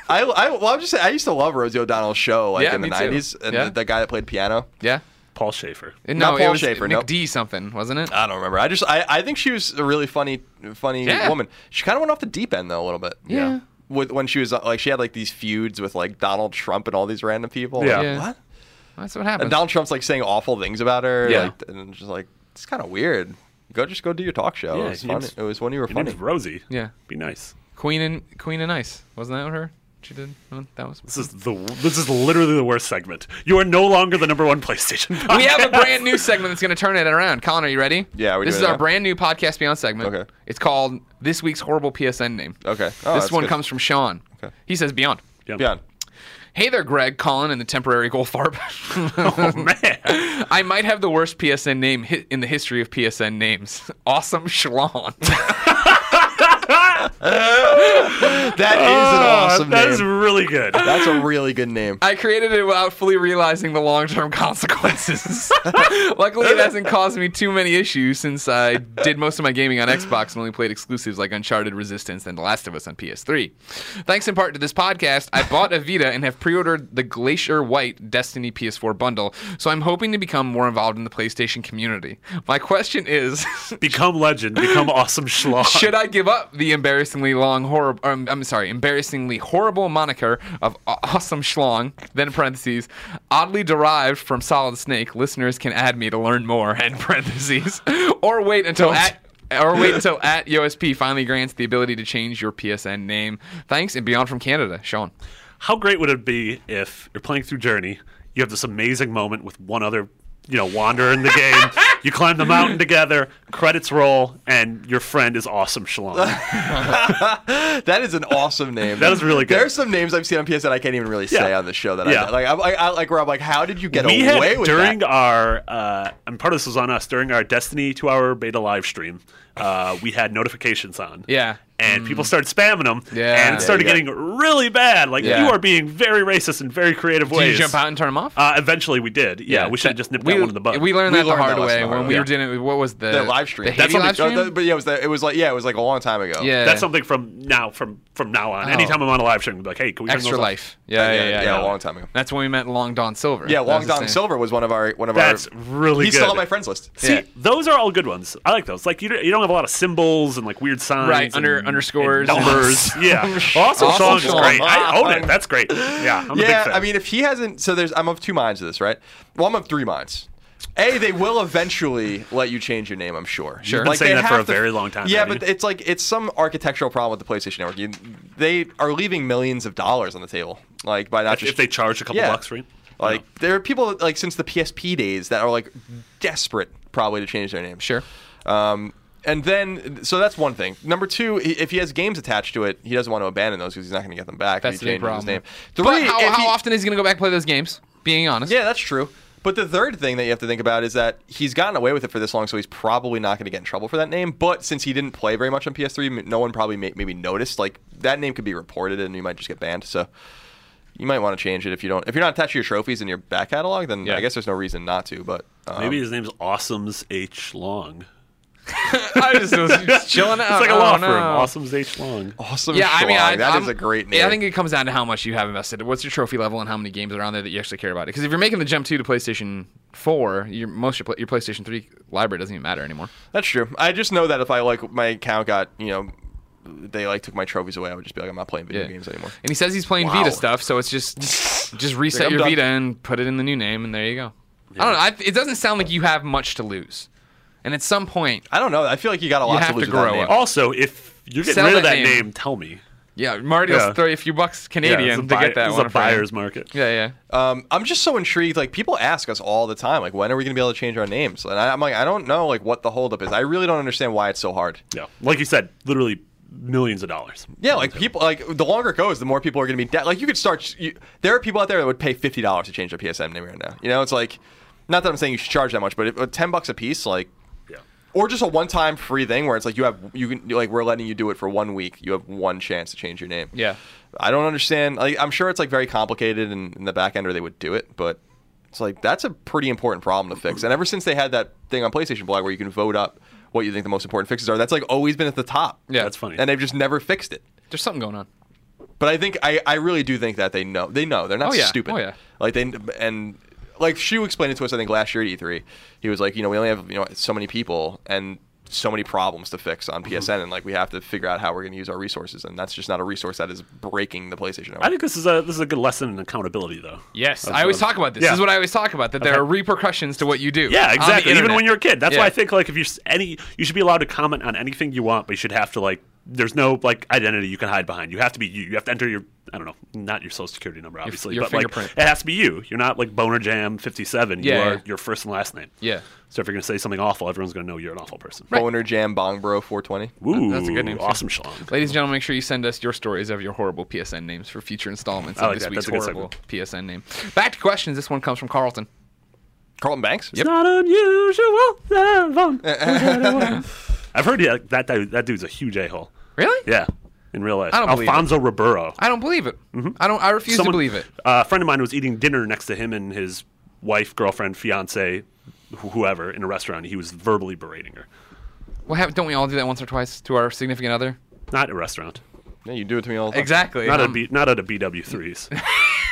Speaker 4: I, I well, I'm just saying, I used to love Rosie O'Donnell's show like
Speaker 2: Yeah,
Speaker 4: in the
Speaker 2: me too.
Speaker 4: '90s, and
Speaker 2: Yeah.
Speaker 4: the, the guy that played piano.
Speaker 2: Yeah.
Speaker 3: Paul Schaefer.
Speaker 2: No,
Speaker 4: Not
Speaker 2: it
Speaker 4: Paul
Speaker 2: was
Speaker 4: Schaefer,
Speaker 2: Nick
Speaker 4: nope. Uh,
Speaker 2: D something, wasn't it?
Speaker 4: I don't remember. I just I, I think she was a really funny funny
Speaker 2: Yeah.
Speaker 4: woman. She kind of went off the deep end though a little bit.
Speaker 2: Yeah.
Speaker 4: With when she was uh, like she had like these feuds with like Donald Trump and all these random people.
Speaker 3: Yeah.
Speaker 4: Like,
Speaker 2: Yeah.
Speaker 4: What?
Speaker 2: That's what happened.
Speaker 4: And Donald Trump's like saying awful things about her.
Speaker 2: Yeah.
Speaker 4: Like, and just like it's kind of weird. Go just go do your talk show.
Speaker 3: Yeah,
Speaker 4: it was
Speaker 3: he
Speaker 4: funny.
Speaker 3: was-
Speaker 4: It was when you were
Speaker 3: Her
Speaker 4: funny.
Speaker 3: name's Rosie.
Speaker 2: Yeah.
Speaker 3: Be nice.
Speaker 2: Queen and Queen and Ice. Wasn't that her? She did one? that was
Speaker 3: This is the this is literally the worst segment. You are no longer the number one PlayStation.
Speaker 2: we have a
Speaker 3: podcast.
Speaker 2: brand new segment that's going to turn it around. Colin, are you ready?
Speaker 4: Yeah, we
Speaker 2: This
Speaker 4: doing
Speaker 2: is
Speaker 4: it
Speaker 2: our
Speaker 4: now?
Speaker 2: brand new podcast beyond segment.
Speaker 4: Okay.
Speaker 2: It's called this week's horrible PSN name.
Speaker 4: Okay. Oh,
Speaker 2: this
Speaker 4: that's
Speaker 2: one
Speaker 4: good.
Speaker 2: comes from Sean.
Speaker 4: Okay.
Speaker 2: He says beyond.
Speaker 3: Yeah.
Speaker 4: Beyond.
Speaker 2: Hey there, Greg, Colin, and the temporary goal farb.
Speaker 3: Oh man.
Speaker 2: I might have the worst PSN name hit in the history of PSN names. Awesome Schlon.
Speaker 4: That is
Speaker 2: Oh,
Speaker 4: an awesome
Speaker 3: Ah, That
Speaker 4: name.
Speaker 3: is really good.
Speaker 4: That's a really good name.
Speaker 2: I created it without fully realizing the long-term consequences. Luckily, it hasn't caused me too many issues since I did most of my gaming on Xbox and only played exclusives like Uncharted, Resistance, and The Last of Us on PS3. Thanks in part to this podcast, I bought a Vita and have pre-ordered the Glacier White Destiny PS4 bundle, so I'm hoping to become more involved in the PlayStation community. My question is.
Speaker 3: Become legend. Become awesome schlock.
Speaker 2: Should I give up the embarrassingly long horror? Um, I'm sorry, embarrassingly horrible moniker of Aw- awesome schlong. Then in parentheses, oddly derived from Solid Snake. Listeners can add me to learn more. End parentheses, or wait until at. Or wait until at USP finally grants the ability to change your PSN name. Thanks and beyond from Canada, Sean.
Speaker 3: How great would it be if you're playing through Journey, you have this amazing moment with one other you know, wander in the game. you climb the mountain together. Credits roll, and your friend is awesome, Shalom.
Speaker 4: That is an awesome name.
Speaker 3: That is really good.
Speaker 4: There's some names I've seen on PSN I can't even really say
Speaker 3: Yeah.
Speaker 4: on the show that
Speaker 3: Yeah.
Speaker 4: I like. I, I, I like where I'm like, how did you get
Speaker 3: we
Speaker 4: away
Speaker 3: had
Speaker 4: with
Speaker 3: during
Speaker 4: that?
Speaker 3: our uh, and part of this was on us during our Destiny two hour beta live stream. Uh, we had notifications on.
Speaker 2: Yeah. Mm.
Speaker 3: And people started spamming them,
Speaker 2: Yeah.
Speaker 3: and it started
Speaker 4: Yeah, yeah.
Speaker 3: getting really bad. Like
Speaker 2: Yeah.
Speaker 3: you are being very racist in very creative
Speaker 2: Did
Speaker 3: ways.
Speaker 2: you jump out and turn them off?
Speaker 3: Uh, eventually, we did. Yeah, we should have just nipped
Speaker 2: we,
Speaker 3: that one in the bud.
Speaker 2: We learned
Speaker 4: We
Speaker 2: that
Speaker 4: learned
Speaker 2: the hard
Speaker 4: that lesson
Speaker 2: way
Speaker 4: the hard
Speaker 2: when
Speaker 4: way.
Speaker 2: we
Speaker 4: Yeah.
Speaker 2: were doing. What was the
Speaker 4: The live stream.
Speaker 2: The
Speaker 4: That's
Speaker 2: Haiti live
Speaker 4: No,
Speaker 2: stream.
Speaker 4: the- but yeah, it was the, it was like yeah, it was like a long time ago.
Speaker 2: yeah.
Speaker 3: oh, That's something from now, from from now on.
Speaker 2: Oh.
Speaker 3: Anytime I'm on a live stream, I'll be like, hey, can we turn
Speaker 2: extra
Speaker 3: those off?"
Speaker 2: life. Yeah, yeah, yeah. yeah.
Speaker 4: a long time ago.
Speaker 2: That's when we met Long Don Silver.
Speaker 4: Yeah,
Speaker 2: That
Speaker 4: Long
Speaker 2: was the
Speaker 4: Dong
Speaker 2: same.
Speaker 4: Silver was one of our one of
Speaker 3: That's
Speaker 4: our.
Speaker 3: really
Speaker 4: he's
Speaker 3: good.
Speaker 4: still on my friends list.
Speaker 3: See,
Speaker 2: Yeah.
Speaker 3: those are all good ones. I like those. Like you, don't- you don't have a lot of symbols and like weird signs,
Speaker 2: Right,
Speaker 3: and-
Speaker 2: under-
Speaker 3: and
Speaker 2: underscores.
Speaker 3: numbers. yeah, awesome,
Speaker 2: Awesome
Speaker 3: song is
Speaker 2: song.
Speaker 3: great. I own it. That's great. Yeah, I'm
Speaker 4: yeah,
Speaker 3: a big fan.
Speaker 4: I mean, if he hasn't, so there's, I'm of two minds to this, right? Well, I'm of three minds. A, they will eventually let you change your name, I'm sure.
Speaker 2: Sure. You've been
Speaker 4: like,
Speaker 3: saying
Speaker 4: they
Speaker 3: that for
Speaker 4: have
Speaker 3: a very long time,
Speaker 4: Yeah,
Speaker 3: haven't
Speaker 4: but
Speaker 3: you?
Speaker 4: it's like it's some architectural problem with the PlayStation Network. You, they are leaving millions of dollars on the table, like by not
Speaker 3: if,
Speaker 4: just
Speaker 3: if they charge a couple
Speaker 4: Yeah.
Speaker 3: bucks for you,
Speaker 4: like there are people that, like since the PSP days that are like desperate probably to change their name.
Speaker 2: Sure.
Speaker 4: Um, and then, so that's one thing. Number two, i- if he has games attached to it, he doesn't want to abandon those because he's not going to get them back. if
Speaker 2: That's
Speaker 4: he
Speaker 2: the big
Speaker 4: changes his
Speaker 2: problem.
Speaker 4: name. Three,
Speaker 2: But how,
Speaker 4: if
Speaker 2: how
Speaker 4: he-
Speaker 2: often is he going to go back and play those games? Being honest.
Speaker 4: Yeah, that's true. But the third thing that you have to think about is that he's gotten away with it for this long, so he's probably not going to get in trouble for that name. But since he didn't play very much on PS3, m- no one probably may- maybe noticed. Like that name could be reported, and you might just get banned. So you might want to change it if you don't. If you're not attached to your trophies in your back catalog, then
Speaker 2: Yeah.
Speaker 4: I guess there's no reason not to. But um,
Speaker 3: maybe his name's Awesome's H Long.
Speaker 2: I just was just chilling out.
Speaker 3: It's like a
Speaker 2: Oh,
Speaker 3: law
Speaker 2: no.
Speaker 3: firm. Awesome's H Long.
Speaker 4: awesome.
Speaker 2: Yeah, I mean, I,
Speaker 4: Schlong. That
Speaker 2: I'm-
Speaker 4: is a great name.
Speaker 2: Yeah, I think it comes down to how much you have invested. What's your trophy level and how many games are on there that you actually care about? Because if you're making the jump two to PlayStation Four, your most your, pla- your PlayStation Three library doesn't even matter anymore.
Speaker 4: that's true. I just know that if I like my account got you know they like took my trophies away, I would just be like I'm not playing video
Speaker 2: Yeah.
Speaker 4: games anymore.
Speaker 2: And he says he's playing
Speaker 4: Wow.
Speaker 2: Vita stuff, so it's just just reset
Speaker 4: Like, I'm
Speaker 2: your
Speaker 4: done.
Speaker 2: Vita and put it in the new name, and there you go. I don't know. I, it doesn't sound like you have much to lose, and at some point,
Speaker 4: I don't know. I feel like you got a lot
Speaker 2: have
Speaker 4: to
Speaker 2: to
Speaker 4: lose with that
Speaker 2: grow
Speaker 4: name.
Speaker 2: up.
Speaker 3: Also, if you're getting
Speaker 2: Sell
Speaker 3: rid of
Speaker 2: that
Speaker 3: that
Speaker 2: name.
Speaker 3: name, tell me.
Speaker 2: yeah, Marty
Speaker 3: Yeah.
Speaker 2: will throw you a few bucks Canadian
Speaker 3: yeah, it's a
Speaker 2: to
Speaker 3: buy-
Speaker 2: get that
Speaker 3: it's
Speaker 2: one.
Speaker 3: a
Speaker 2: for you.
Speaker 3: buyer's market.
Speaker 2: Yeah, yeah.
Speaker 4: Um, I'm just so intrigued. Like people ask us all the time, like when are we gonna be able to change our names? And I, I'm like, I don't know, like what the holdup is. I really don't understand why it's so hard.
Speaker 3: Yeah, like you said, literally millions of dollars.
Speaker 4: Yeah, like people, like the longer it goes, the more people are gonna be de- like you could start. You, there are people out there that would pay fifty dollars to change their PSN name right now. You know, it's like, not that I'm saying you should charge that much, but if, uh, ten bucks a piece, like,
Speaker 3: Yeah.
Speaker 4: or just a one-time free thing where it's like you have you can like we're letting you do it for one week. You have one chance to change your name.
Speaker 2: Yeah.
Speaker 4: I don't understand. Like, I'm sure it's like very complicated in, in the back end, or they would do it. But it's like that's a pretty important problem to fix. And ever since they had that thing on PlayStation Blog where you can vote up what you think the most important fixes are, that's like always been at the top.
Speaker 2: Yeah.
Speaker 3: That's funny.
Speaker 4: and they've just never fixed it.
Speaker 2: There's something going on.
Speaker 4: But I think I, I really do think that they know they know they're not
Speaker 2: Oh, yeah.
Speaker 4: stupid.
Speaker 2: Oh, yeah.
Speaker 4: Like they and like Shu explained it to us. I think last year at E3, he was like, you know, we only have you know so many people and so many problems to fix
Speaker 3: Mm-hmm.
Speaker 4: on PSN, and like we have to figure out how we're going to use our resources, and that's just not a resource that is breaking the PlayStation. Network.
Speaker 3: I think this is a this is a good lesson in accountability, though.
Speaker 2: Yes,
Speaker 3: Of-
Speaker 2: I always
Speaker 3: of-
Speaker 2: talk about this. This
Speaker 3: Yeah.
Speaker 2: is what I always talk about. That there
Speaker 3: Okay.
Speaker 2: are repercussions to what you do. on
Speaker 3: Yeah,
Speaker 2: the
Speaker 3: exactly. Even
Speaker 2: internet.
Speaker 3: when you're a kid, that's
Speaker 2: Yeah.
Speaker 3: why I think like if you s- any, you should be allowed to comment on anything you want, but you should have to like. There's no like identity you can hide behind. You have to be you. You have to enter your I don't know, not your social security number, obviously,
Speaker 2: your
Speaker 3: but like
Speaker 2: fingerprint.
Speaker 3: it has to be you. You're not like Boner Jam 57.
Speaker 2: Yeah,
Speaker 3: you are
Speaker 2: yeah.
Speaker 3: your first and last name.
Speaker 2: Yeah.
Speaker 3: So if you're gonna say something awful, everyone's gonna know you're an awful person.
Speaker 4: Boner Jam Bong Bro 420.
Speaker 3: Ooh,
Speaker 2: That's a good name, too.
Speaker 3: Awesome, Shalom.
Speaker 2: Ladies and gentlemen, make sure you send us your stories of your horrible PSN names for future installments
Speaker 3: I
Speaker 2: of
Speaker 3: like
Speaker 2: this
Speaker 3: that.
Speaker 2: week's
Speaker 3: That's a good
Speaker 2: horrible PSN name. Back to questions. This one comes from Carlton.
Speaker 4: Carlton Banks.
Speaker 3: It's not unusual. that I'm on.
Speaker 2: Eh,
Speaker 3: I've heard yeah, that dude, that dude's a huge a hole.
Speaker 2: Really?
Speaker 3: Yeah, in real life.
Speaker 2: I don't believe it.
Speaker 3: Alfonso Ribeiro. uh,
Speaker 2: I don't believe it.
Speaker 3: Mm-hmm.
Speaker 2: I don't. I refuse to believe it.
Speaker 3: A friend of mine was eating dinner next to him and his wife, girlfriend, fiance, wh- whoever, in a restaurant. He was verbally berating her.
Speaker 2: Well, have, don't we all do that once or twice to our significant other?
Speaker 3: Not a restaurant.
Speaker 4: Yeah, you do it to me all the time.
Speaker 2: Exactly.
Speaker 3: Not at
Speaker 2: Um,
Speaker 3: B, not at a BW threes.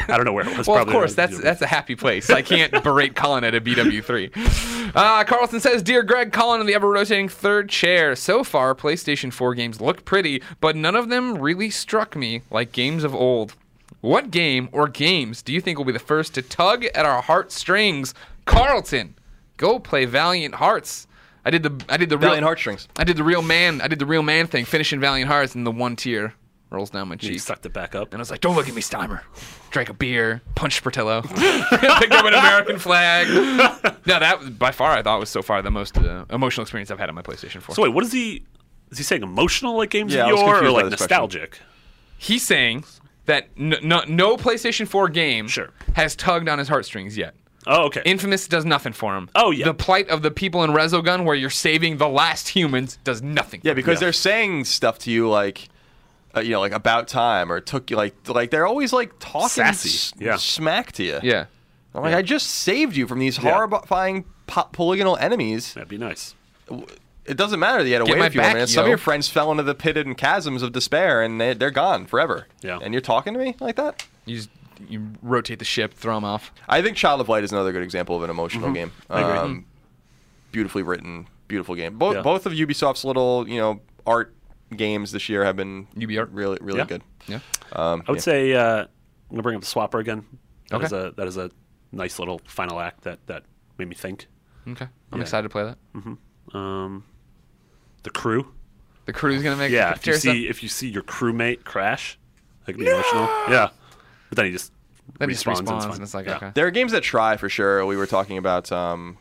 Speaker 3: I don't know where it was.
Speaker 2: Well, of
Speaker 3: probably
Speaker 2: course,
Speaker 3: at a
Speaker 2: that's
Speaker 3: BW.
Speaker 2: that's a happy place. I can't berate Colin at a BW3. Uh, Carlson says, "Dear Greg, Colin in the ever-rotating third chair. So far, PlayStation 4 games look pretty, but none of them really struck me like games of old. What game or games do you think will be the first to tug at our heartstrings? Carlton, go play Valiant Hearts. I did the I did the
Speaker 4: Valiant
Speaker 2: real,
Speaker 4: Heartstrings.
Speaker 2: I did the real man. I did the real man thing, finishing Valiant Hearts in the one tier rolls down my
Speaker 3: He
Speaker 2: cheek.
Speaker 3: sucked it back up.
Speaker 2: And I was like, don't look at me, Steimer. Drank a beer, punched Portillo, picked up an American flag. No, that was by far, I thought was so far the most uh, emotional experience I've had on my PlayStation 4.
Speaker 3: So wait, what is he? Is he saying emotional like games
Speaker 4: Yeah, I
Speaker 3: of
Speaker 4: was
Speaker 3: yore or
Speaker 4: confused by
Speaker 3: like
Speaker 4: this question.
Speaker 3: nostalgic?
Speaker 2: He's saying that n- no, no PlayStation 4 game
Speaker 3: Sure.
Speaker 2: has tugged on his heartstrings yet.
Speaker 3: Oh, okay.
Speaker 2: Infamous does nothing for him.
Speaker 3: Oh, yeah.
Speaker 2: The plight of the people in Resogun, where you're saving the last humans, does nothing. for
Speaker 4: Yeah,
Speaker 2: him.
Speaker 4: because
Speaker 3: Yeah.
Speaker 4: they're saying stuff to you like, uh, you know, like about time or it took you like like they're always like talking
Speaker 3: Sassy,
Speaker 4: s-
Speaker 3: yeah.
Speaker 4: smack to you.
Speaker 2: yeah.
Speaker 4: I'm like,
Speaker 3: Yeah.
Speaker 4: I just saved you from these
Speaker 3: Yeah.
Speaker 4: horrifying po- polygonal enemies.
Speaker 3: That'd be nice.
Speaker 4: It doesn't matter that you had to
Speaker 2: Get
Speaker 4: wait
Speaker 2: my
Speaker 4: a few more
Speaker 2: back,
Speaker 4: minutes. Some of
Speaker 2: yo.
Speaker 4: your friends fell into the pit and chasms of despair, and they, they're gone forever.
Speaker 3: Yeah.
Speaker 4: And you're talking to me like that?
Speaker 2: You just you rotate the ship, throw him off.
Speaker 4: I think Child of Light is another good example of an emotional game.
Speaker 3: Mm-hmm. I agree.
Speaker 4: Um, beautifully written, beautiful game. Both
Speaker 3: Yeah.
Speaker 4: both of Ubisoft's little you know art games this year have been
Speaker 2: UB art.
Speaker 4: really really
Speaker 3: Yeah.
Speaker 4: good.
Speaker 2: Yeah.
Speaker 4: Um,
Speaker 3: I would
Speaker 4: yeah.
Speaker 3: say uh, I'm gonna bring up Swapper again. That
Speaker 2: Okay.
Speaker 3: is a that is a nice little final act that that made me think.
Speaker 2: Okay. I'm
Speaker 3: Yeah.
Speaker 2: excited to play that.
Speaker 3: Um, the crew.
Speaker 2: The crew's gonna make
Speaker 3: Yeah, if you
Speaker 2: tear us up.
Speaker 3: see if you see your crewmate crash, that could be emotional. Yeah, but then he just
Speaker 2: Then he
Speaker 3: respawns.
Speaker 2: just
Speaker 3: and
Speaker 2: respawns
Speaker 3: fine.
Speaker 2: and it's like,
Speaker 3: Yeah.
Speaker 2: okay.
Speaker 4: there are games that try for sure. We were talking about um,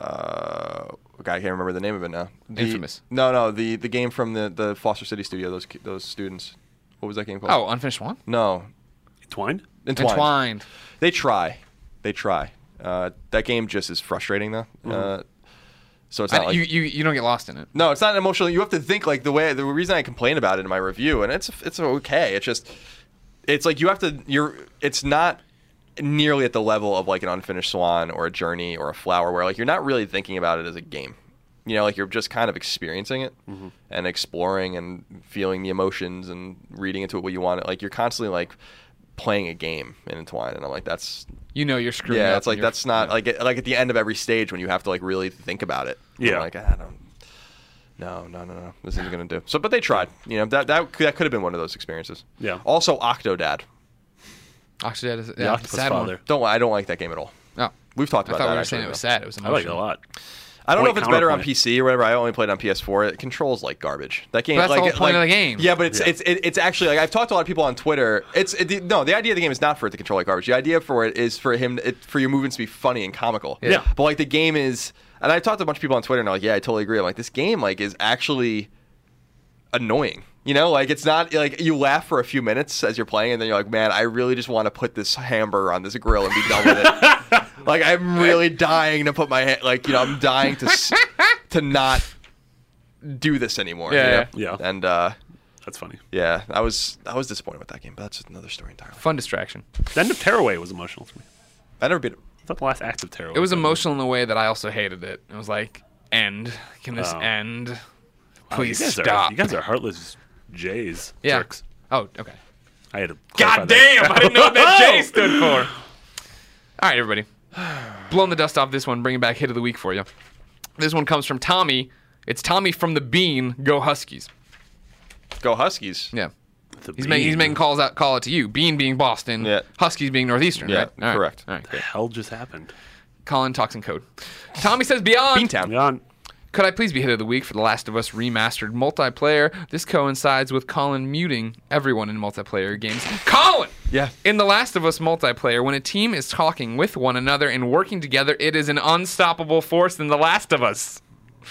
Speaker 4: uh, God, I can't remember the name of it now. The-
Speaker 2: Infamous.
Speaker 4: No, no, the the game from the the Foster City studio. Those ki- those students. What was that game called?
Speaker 2: Oh, unfinished one.
Speaker 4: no,
Speaker 3: Twine.
Speaker 4: Entwined.
Speaker 2: Entwined.
Speaker 4: They try, they try. Uh, that game just is frustrating though. Uh, so it's
Speaker 2: Mm-hmm.
Speaker 4: not
Speaker 2: I-
Speaker 4: like
Speaker 2: you, you you don't get lost in it.
Speaker 4: No, it's not an emotional. You have to think like the way the reason I complain about it in my review, and it's it's okay. It's just it's like you have to. You're it's not nearly at the level of like an unfinished swan or a journey or a flower, where like you're not really thinking about it as a game. You know, like you're just kind of experiencing it and exploring and feeling the emotions and reading into it what you want. Like you're constantly like playing a game in Entwined, and I'm like, that's
Speaker 2: You know you're screwed.
Speaker 4: yeah, it's like that's not like at- like at the end of every stage when you have to like really think about it. I'm
Speaker 3: Yeah.
Speaker 4: like "Ah, I don't. No, no, no, no. This isn't gonna do. So, but they tried. You know that that that could have been one of those experiences.
Speaker 3: Yeah.
Speaker 4: Also, Octodad.
Speaker 2: Actually, that is
Speaker 3: The
Speaker 2: yeah, it's a
Speaker 3: octopus
Speaker 2: sad
Speaker 3: father.
Speaker 4: Don't. I don't like that game at all.
Speaker 2: One. Oh.
Speaker 4: We've talked
Speaker 2: I
Speaker 4: about
Speaker 2: thought
Speaker 4: that.
Speaker 2: we were
Speaker 4: actually,
Speaker 2: saying it was
Speaker 4: though.
Speaker 2: sad. It was
Speaker 3: I like it
Speaker 2: emotional.
Speaker 3: a lot.
Speaker 4: I don't know if
Speaker 3: Point
Speaker 4: it's better on
Speaker 3: counterpoint.
Speaker 4: PC or whatever. I only played on PS4. It controls like garbage. That game.
Speaker 2: But that's
Speaker 4: like,
Speaker 2: the whole
Speaker 4: it-
Speaker 2: point of
Speaker 4: like-
Speaker 2: the game.
Speaker 4: Yeah, but it's
Speaker 3: Yeah.
Speaker 4: it's it, it's actually like I've talked to a lot of people on Twitter. It's it, the- no, the idea of the game is not for it to control like garbage. The idea for it is for him it, for your movements to be funny and comical.
Speaker 2: Yeah.
Speaker 4: But like the game is, and I talked to a bunch of people on Twitter and they're like, yeah, I totally agree. I'm like, this game like is actually annoying. You know, like it's not like you laugh for a few minutes as you're playing, and then you're like, "Man, I really just want to put this hamburger on this grill and be done with it." like I'm really dying to put my hand, like you know, I'm dying to s- to not do this anymore. you
Speaker 2: Yeah,
Speaker 4: know?
Speaker 3: yeah. Yeah.
Speaker 4: And uh,
Speaker 3: That's funny.
Speaker 4: yeah, I was I was disappointed with that game, but that's another story entirely.
Speaker 2: Fun distraction.
Speaker 3: The end of Tearaway was emotional for me.
Speaker 4: I never beat it.
Speaker 3: I thought the last act of Tearaway.
Speaker 2: It was emotional in the way that I also hated it. It was like, end. Can this
Speaker 3: Oh.
Speaker 2: end?
Speaker 3: Oh, you
Speaker 2: Please
Speaker 3: guys are-
Speaker 2: stop.
Speaker 3: you guys are heartless jays.
Speaker 2: yeah.
Speaker 3: Jerks.
Speaker 2: Oh, okay.
Speaker 3: I had to.
Speaker 2: God damn! I didn't know what that J stood for. All right, everybody. Blowing the dust off this one, bringing back hit of the week for you. This one comes from Tommy. It's Tommy from the Bean. Go Huskies.
Speaker 4: Go Huskies.
Speaker 2: Yeah.
Speaker 3: The
Speaker 2: He's, making he's
Speaker 3: bean.
Speaker 2: making calls out. Call it to you. Bean being Boston.
Speaker 4: Yeah.
Speaker 2: Huskies being Northeastern.
Speaker 4: Yeah,
Speaker 2: right? All right.
Speaker 4: correct.
Speaker 2: All right.
Speaker 3: The hell just happened?
Speaker 2: Colin talks in code. Tommy says beyond.
Speaker 4: Beantown.
Speaker 3: Leon,
Speaker 2: Could I please be hit of the week for The Last of Us remastered multiplayer? This coincides with Colin muting everyone in multiplayer games. Colin!
Speaker 4: Yeah.
Speaker 2: In The Last of Us multiplayer, when a team is talking with one another and working together, it is an unstoppable force in The Last of Us.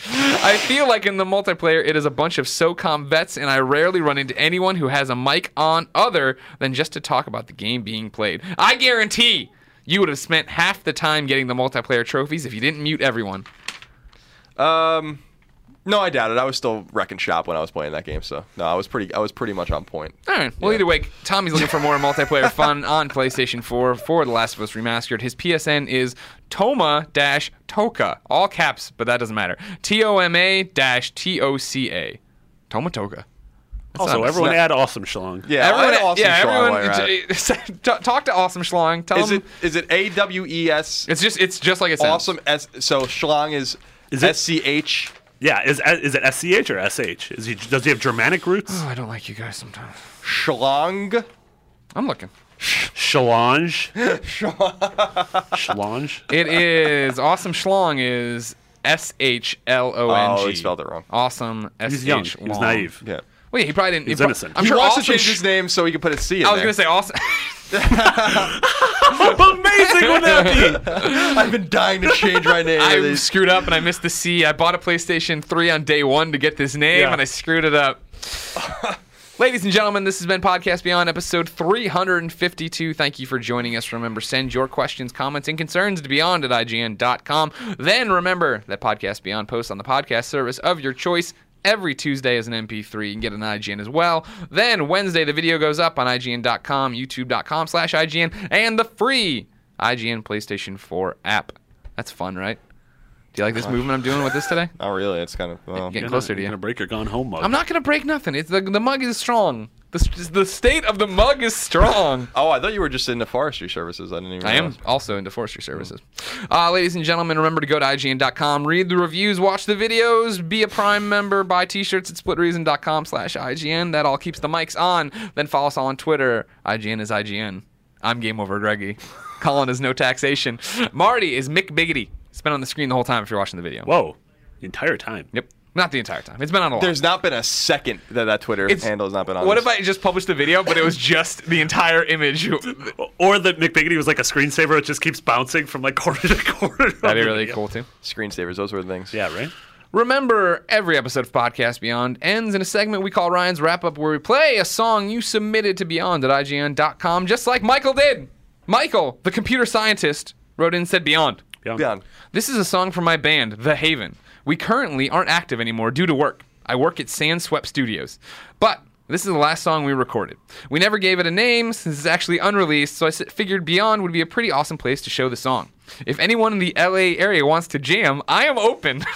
Speaker 2: I feel like in the multiplayer, it is a bunch of SOCOM vets, and I rarely run into anyone who has a mic on other than just to talk about the game being played. I guarantee you would have spent half the time getting the multiplayer trophies if you didn't mute everyone.
Speaker 4: Um, no, I doubt it. I was still wrecking shop when I was playing that game, so no, I was pretty I was pretty much on point.
Speaker 2: All right. Well,
Speaker 4: Yeah.
Speaker 2: either way, Tommy's looking for more multiplayer fun on PlayStation 4 for The Last of Us Remastered. His PSN is Toma dash Toka, all caps, but that doesn't matter. T O M A dash T O C A, Toma Toka. That's
Speaker 3: Also,
Speaker 2: not-
Speaker 3: everyone
Speaker 4: not-
Speaker 3: add awesome schlong.
Speaker 4: Yeah, I had awesome
Speaker 2: yeah,
Speaker 4: Shaw while
Speaker 2: everyone. um,
Speaker 4: you're at it.
Speaker 2: t- talk to Awesome Schlong. Tell
Speaker 4: Is
Speaker 2: him
Speaker 4: it is it A W E S?
Speaker 2: it's just it's just like it sounds.
Speaker 4: Awesome S. So schlong is
Speaker 3: Is it-
Speaker 4: S C H.
Speaker 3: Yeah, is uh, is it SCH or SH? Is he does he have Germanic roots?
Speaker 2: Oh, I don't like you guys sometimes.
Speaker 4: Schlong.
Speaker 2: I'm looking.
Speaker 3: Shalange. Shalange.
Speaker 2: It is awesome. Schlong is S H L O N G.
Speaker 4: Oh, he spelled it wrong.
Speaker 2: Awesome. S
Speaker 3: He's young.
Speaker 2: H.
Speaker 3: He was naive.
Speaker 4: Yeah.
Speaker 2: Well, yeah, he probably didn't.
Speaker 3: He's
Speaker 2: he pro-
Speaker 3: innocent.
Speaker 2: I'm
Speaker 4: he
Speaker 2: sure
Speaker 4: wants to
Speaker 2: Austin
Speaker 4: change
Speaker 2: sh-
Speaker 4: his name so he can put a C in
Speaker 2: I was
Speaker 4: there.
Speaker 2: gonna say Austin.
Speaker 3: Amazing would that be?
Speaker 4: I've been dying to change my name.
Speaker 2: I screwed up and I missed the C. I bought a PlayStation 3 on day one to get this name
Speaker 3: Yeah.
Speaker 2: and I screwed it up. Ladies and gentlemen, this has been Podcast Beyond episode 352. Thank you for joining us. Remember, send your questions, comments, and concerns to beyond at IGN.com. Then remember that Podcast Beyond posts on the podcast service of your choice. Every Tuesday as an MP3. You can get an IGN as well. Then Wednesday, the video goes up on IGN.com, YouTube.com slash IGN, and the free IGN PlayStation 4 app. That's fun, right? Do you like this movement I'm doing with this today?
Speaker 4: Not Oh, really. It's kind of. Well,
Speaker 2: Getting
Speaker 3: You're
Speaker 2: closer
Speaker 3: not-
Speaker 2: to
Speaker 3: you're
Speaker 2: you.
Speaker 3: gonna break your gone home mug.
Speaker 2: I'm not gonna break nothing. It's the, the mug is strong. The, s- the state of the mug is strong.
Speaker 4: Oh, I thought you were just into forestry services. I didn't even.
Speaker 2: I am
Speaker 4: realize.
Speaker 2: also into forestry services. Uh, ladies and gentlemen, remember to go to IGN.com, read the reviews, watch the videos, be a Prime member, buy t-shirts at SplitReason.com slash IGN. That all keeps the mics on. Then follow us all on Twitter. IGN is IGN. I'm Game Over Greggy. Colin is No Taxation. Marty is Mick Biggity. It's been on the screen the whole time if you're watching the video.
Speaker 3: Whoa, the entire time.
Speaker 2: Yep. Not the entire time. It's been on a lot.
Speaker 4: There's not been a second that that Twitter
Speaker 2: It's-
Speaker 4: handle has not been on.
Speaker 2: What
Speaker 4: this.
Speaker 2: if I just published the video, but it was just the entire image? That'd
Speaker 3: Or that McBiggity was like a screensaver. It just keeps bouncing from like corner to corner.
Speaker 2: be really cool too.
Speaker 4: screensavers? Those were the things.
Speaker 3: Yeah, right.
Speaker 2: Remember, every episode of Podcast Beyond ends in a segment we call Ryan's Wrap Up, where we play a song you submitted to Beyond at IGN.com, just like Michael did. Michael, the computer scientist, wrote in and said Beyond.
Speaker 3: Yeah.
Speaker 4: Beyond.
Speaker 2: This is a song from my band, The Haven. We currently aren't active anymore due to work. I work at Sand Swept Studios. But this is the last song we recorded. We never gave it a name since it's actually unreleased, so I s- figured Beyond would be a pretty awesome place to show the song. If anyone in the LA area wants to jam, I am open.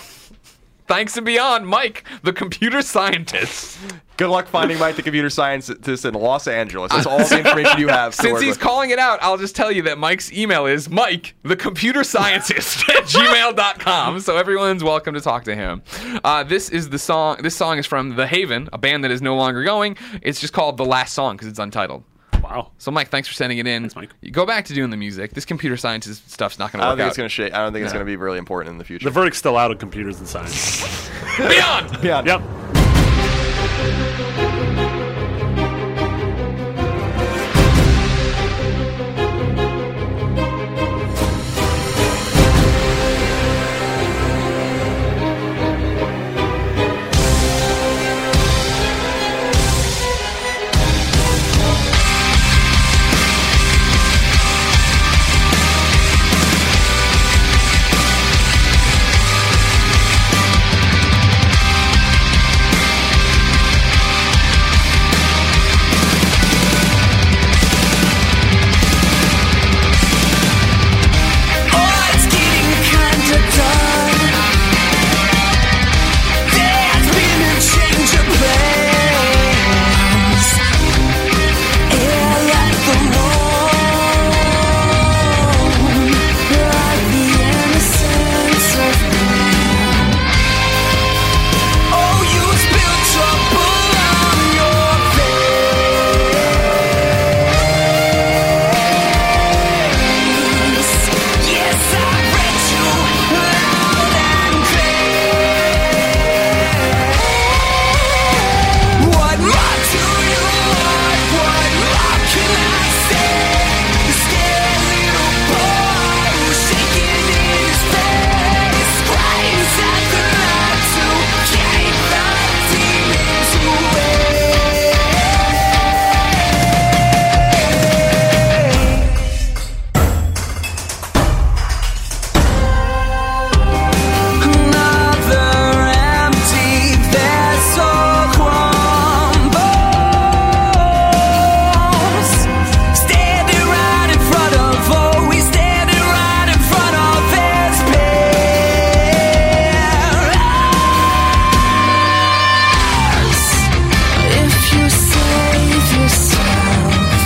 Speaker 2: Thanks and beyond, Mike, the computer scientist.
Speaker 4: Good luck finding Mike the computer scientist in Los Angeles. That's all the information you have. to
Speaker 2: Since
Speaker 4: work
Speaker 2: he's
Speaker 4: with.
Speaker 2: calling it out, I'll just tell you that Mike's email is Mike, the computer scientist at gmail.com. So everyone's welcome to talk to him. Uh, this is the song. This song is from The Haven, a band that is no longer going. It's just called The Last Song because it's untitled.
Speaker 3: Wow.
Speaker 2: So, Mike, thanks for sending it in. Thanks,
Speaker 3: Mike.
Speaker 2: You go back to doing the music. This computer scientist stuff's not going
Speaker 4: I
Speaker 2: to
Speaker 4: don't
Speaker 2: work
Speaker 4: think
Speaker 2: out.
Speaker 4: it's gonna shake. I don't think it's gonna be really important in the future.
Speaker 3: The verdict's still out on computers and science.
Speaker 2: Beyond!
Speaker 4: Beyond.
Speaker 3: yep.
Speaker 5: Oh, it's getting kinda done. There's been a change of plans. at the moon, like the innocence of man. Oh, you spilled trouble on your face. Yes, I read you loud and clear. What more do you want? What more can I say? The scared little boy who's shaking in his face, cries out loud to keep the demons away. Another empty vessel crumbles. Standing right in front of, oh, we standing right in front of his parents. If you save yourself,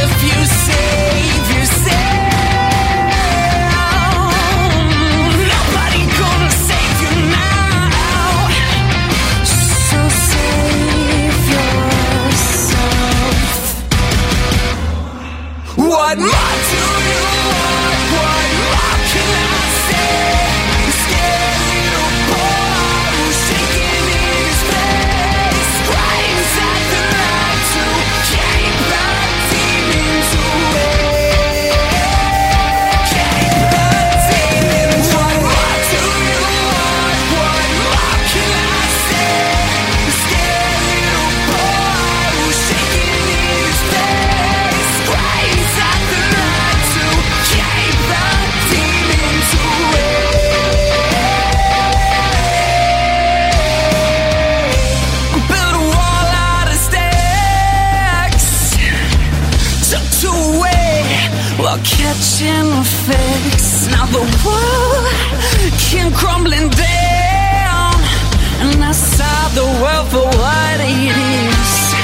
Speaker 5: if you save yourself, nobody gonna save you now. So save yourself. What more do you want? What more can I say? The scared little boy who's shaking in his bed. are catching a fix. Now the world came crumbling down, and I saw the world for what it is.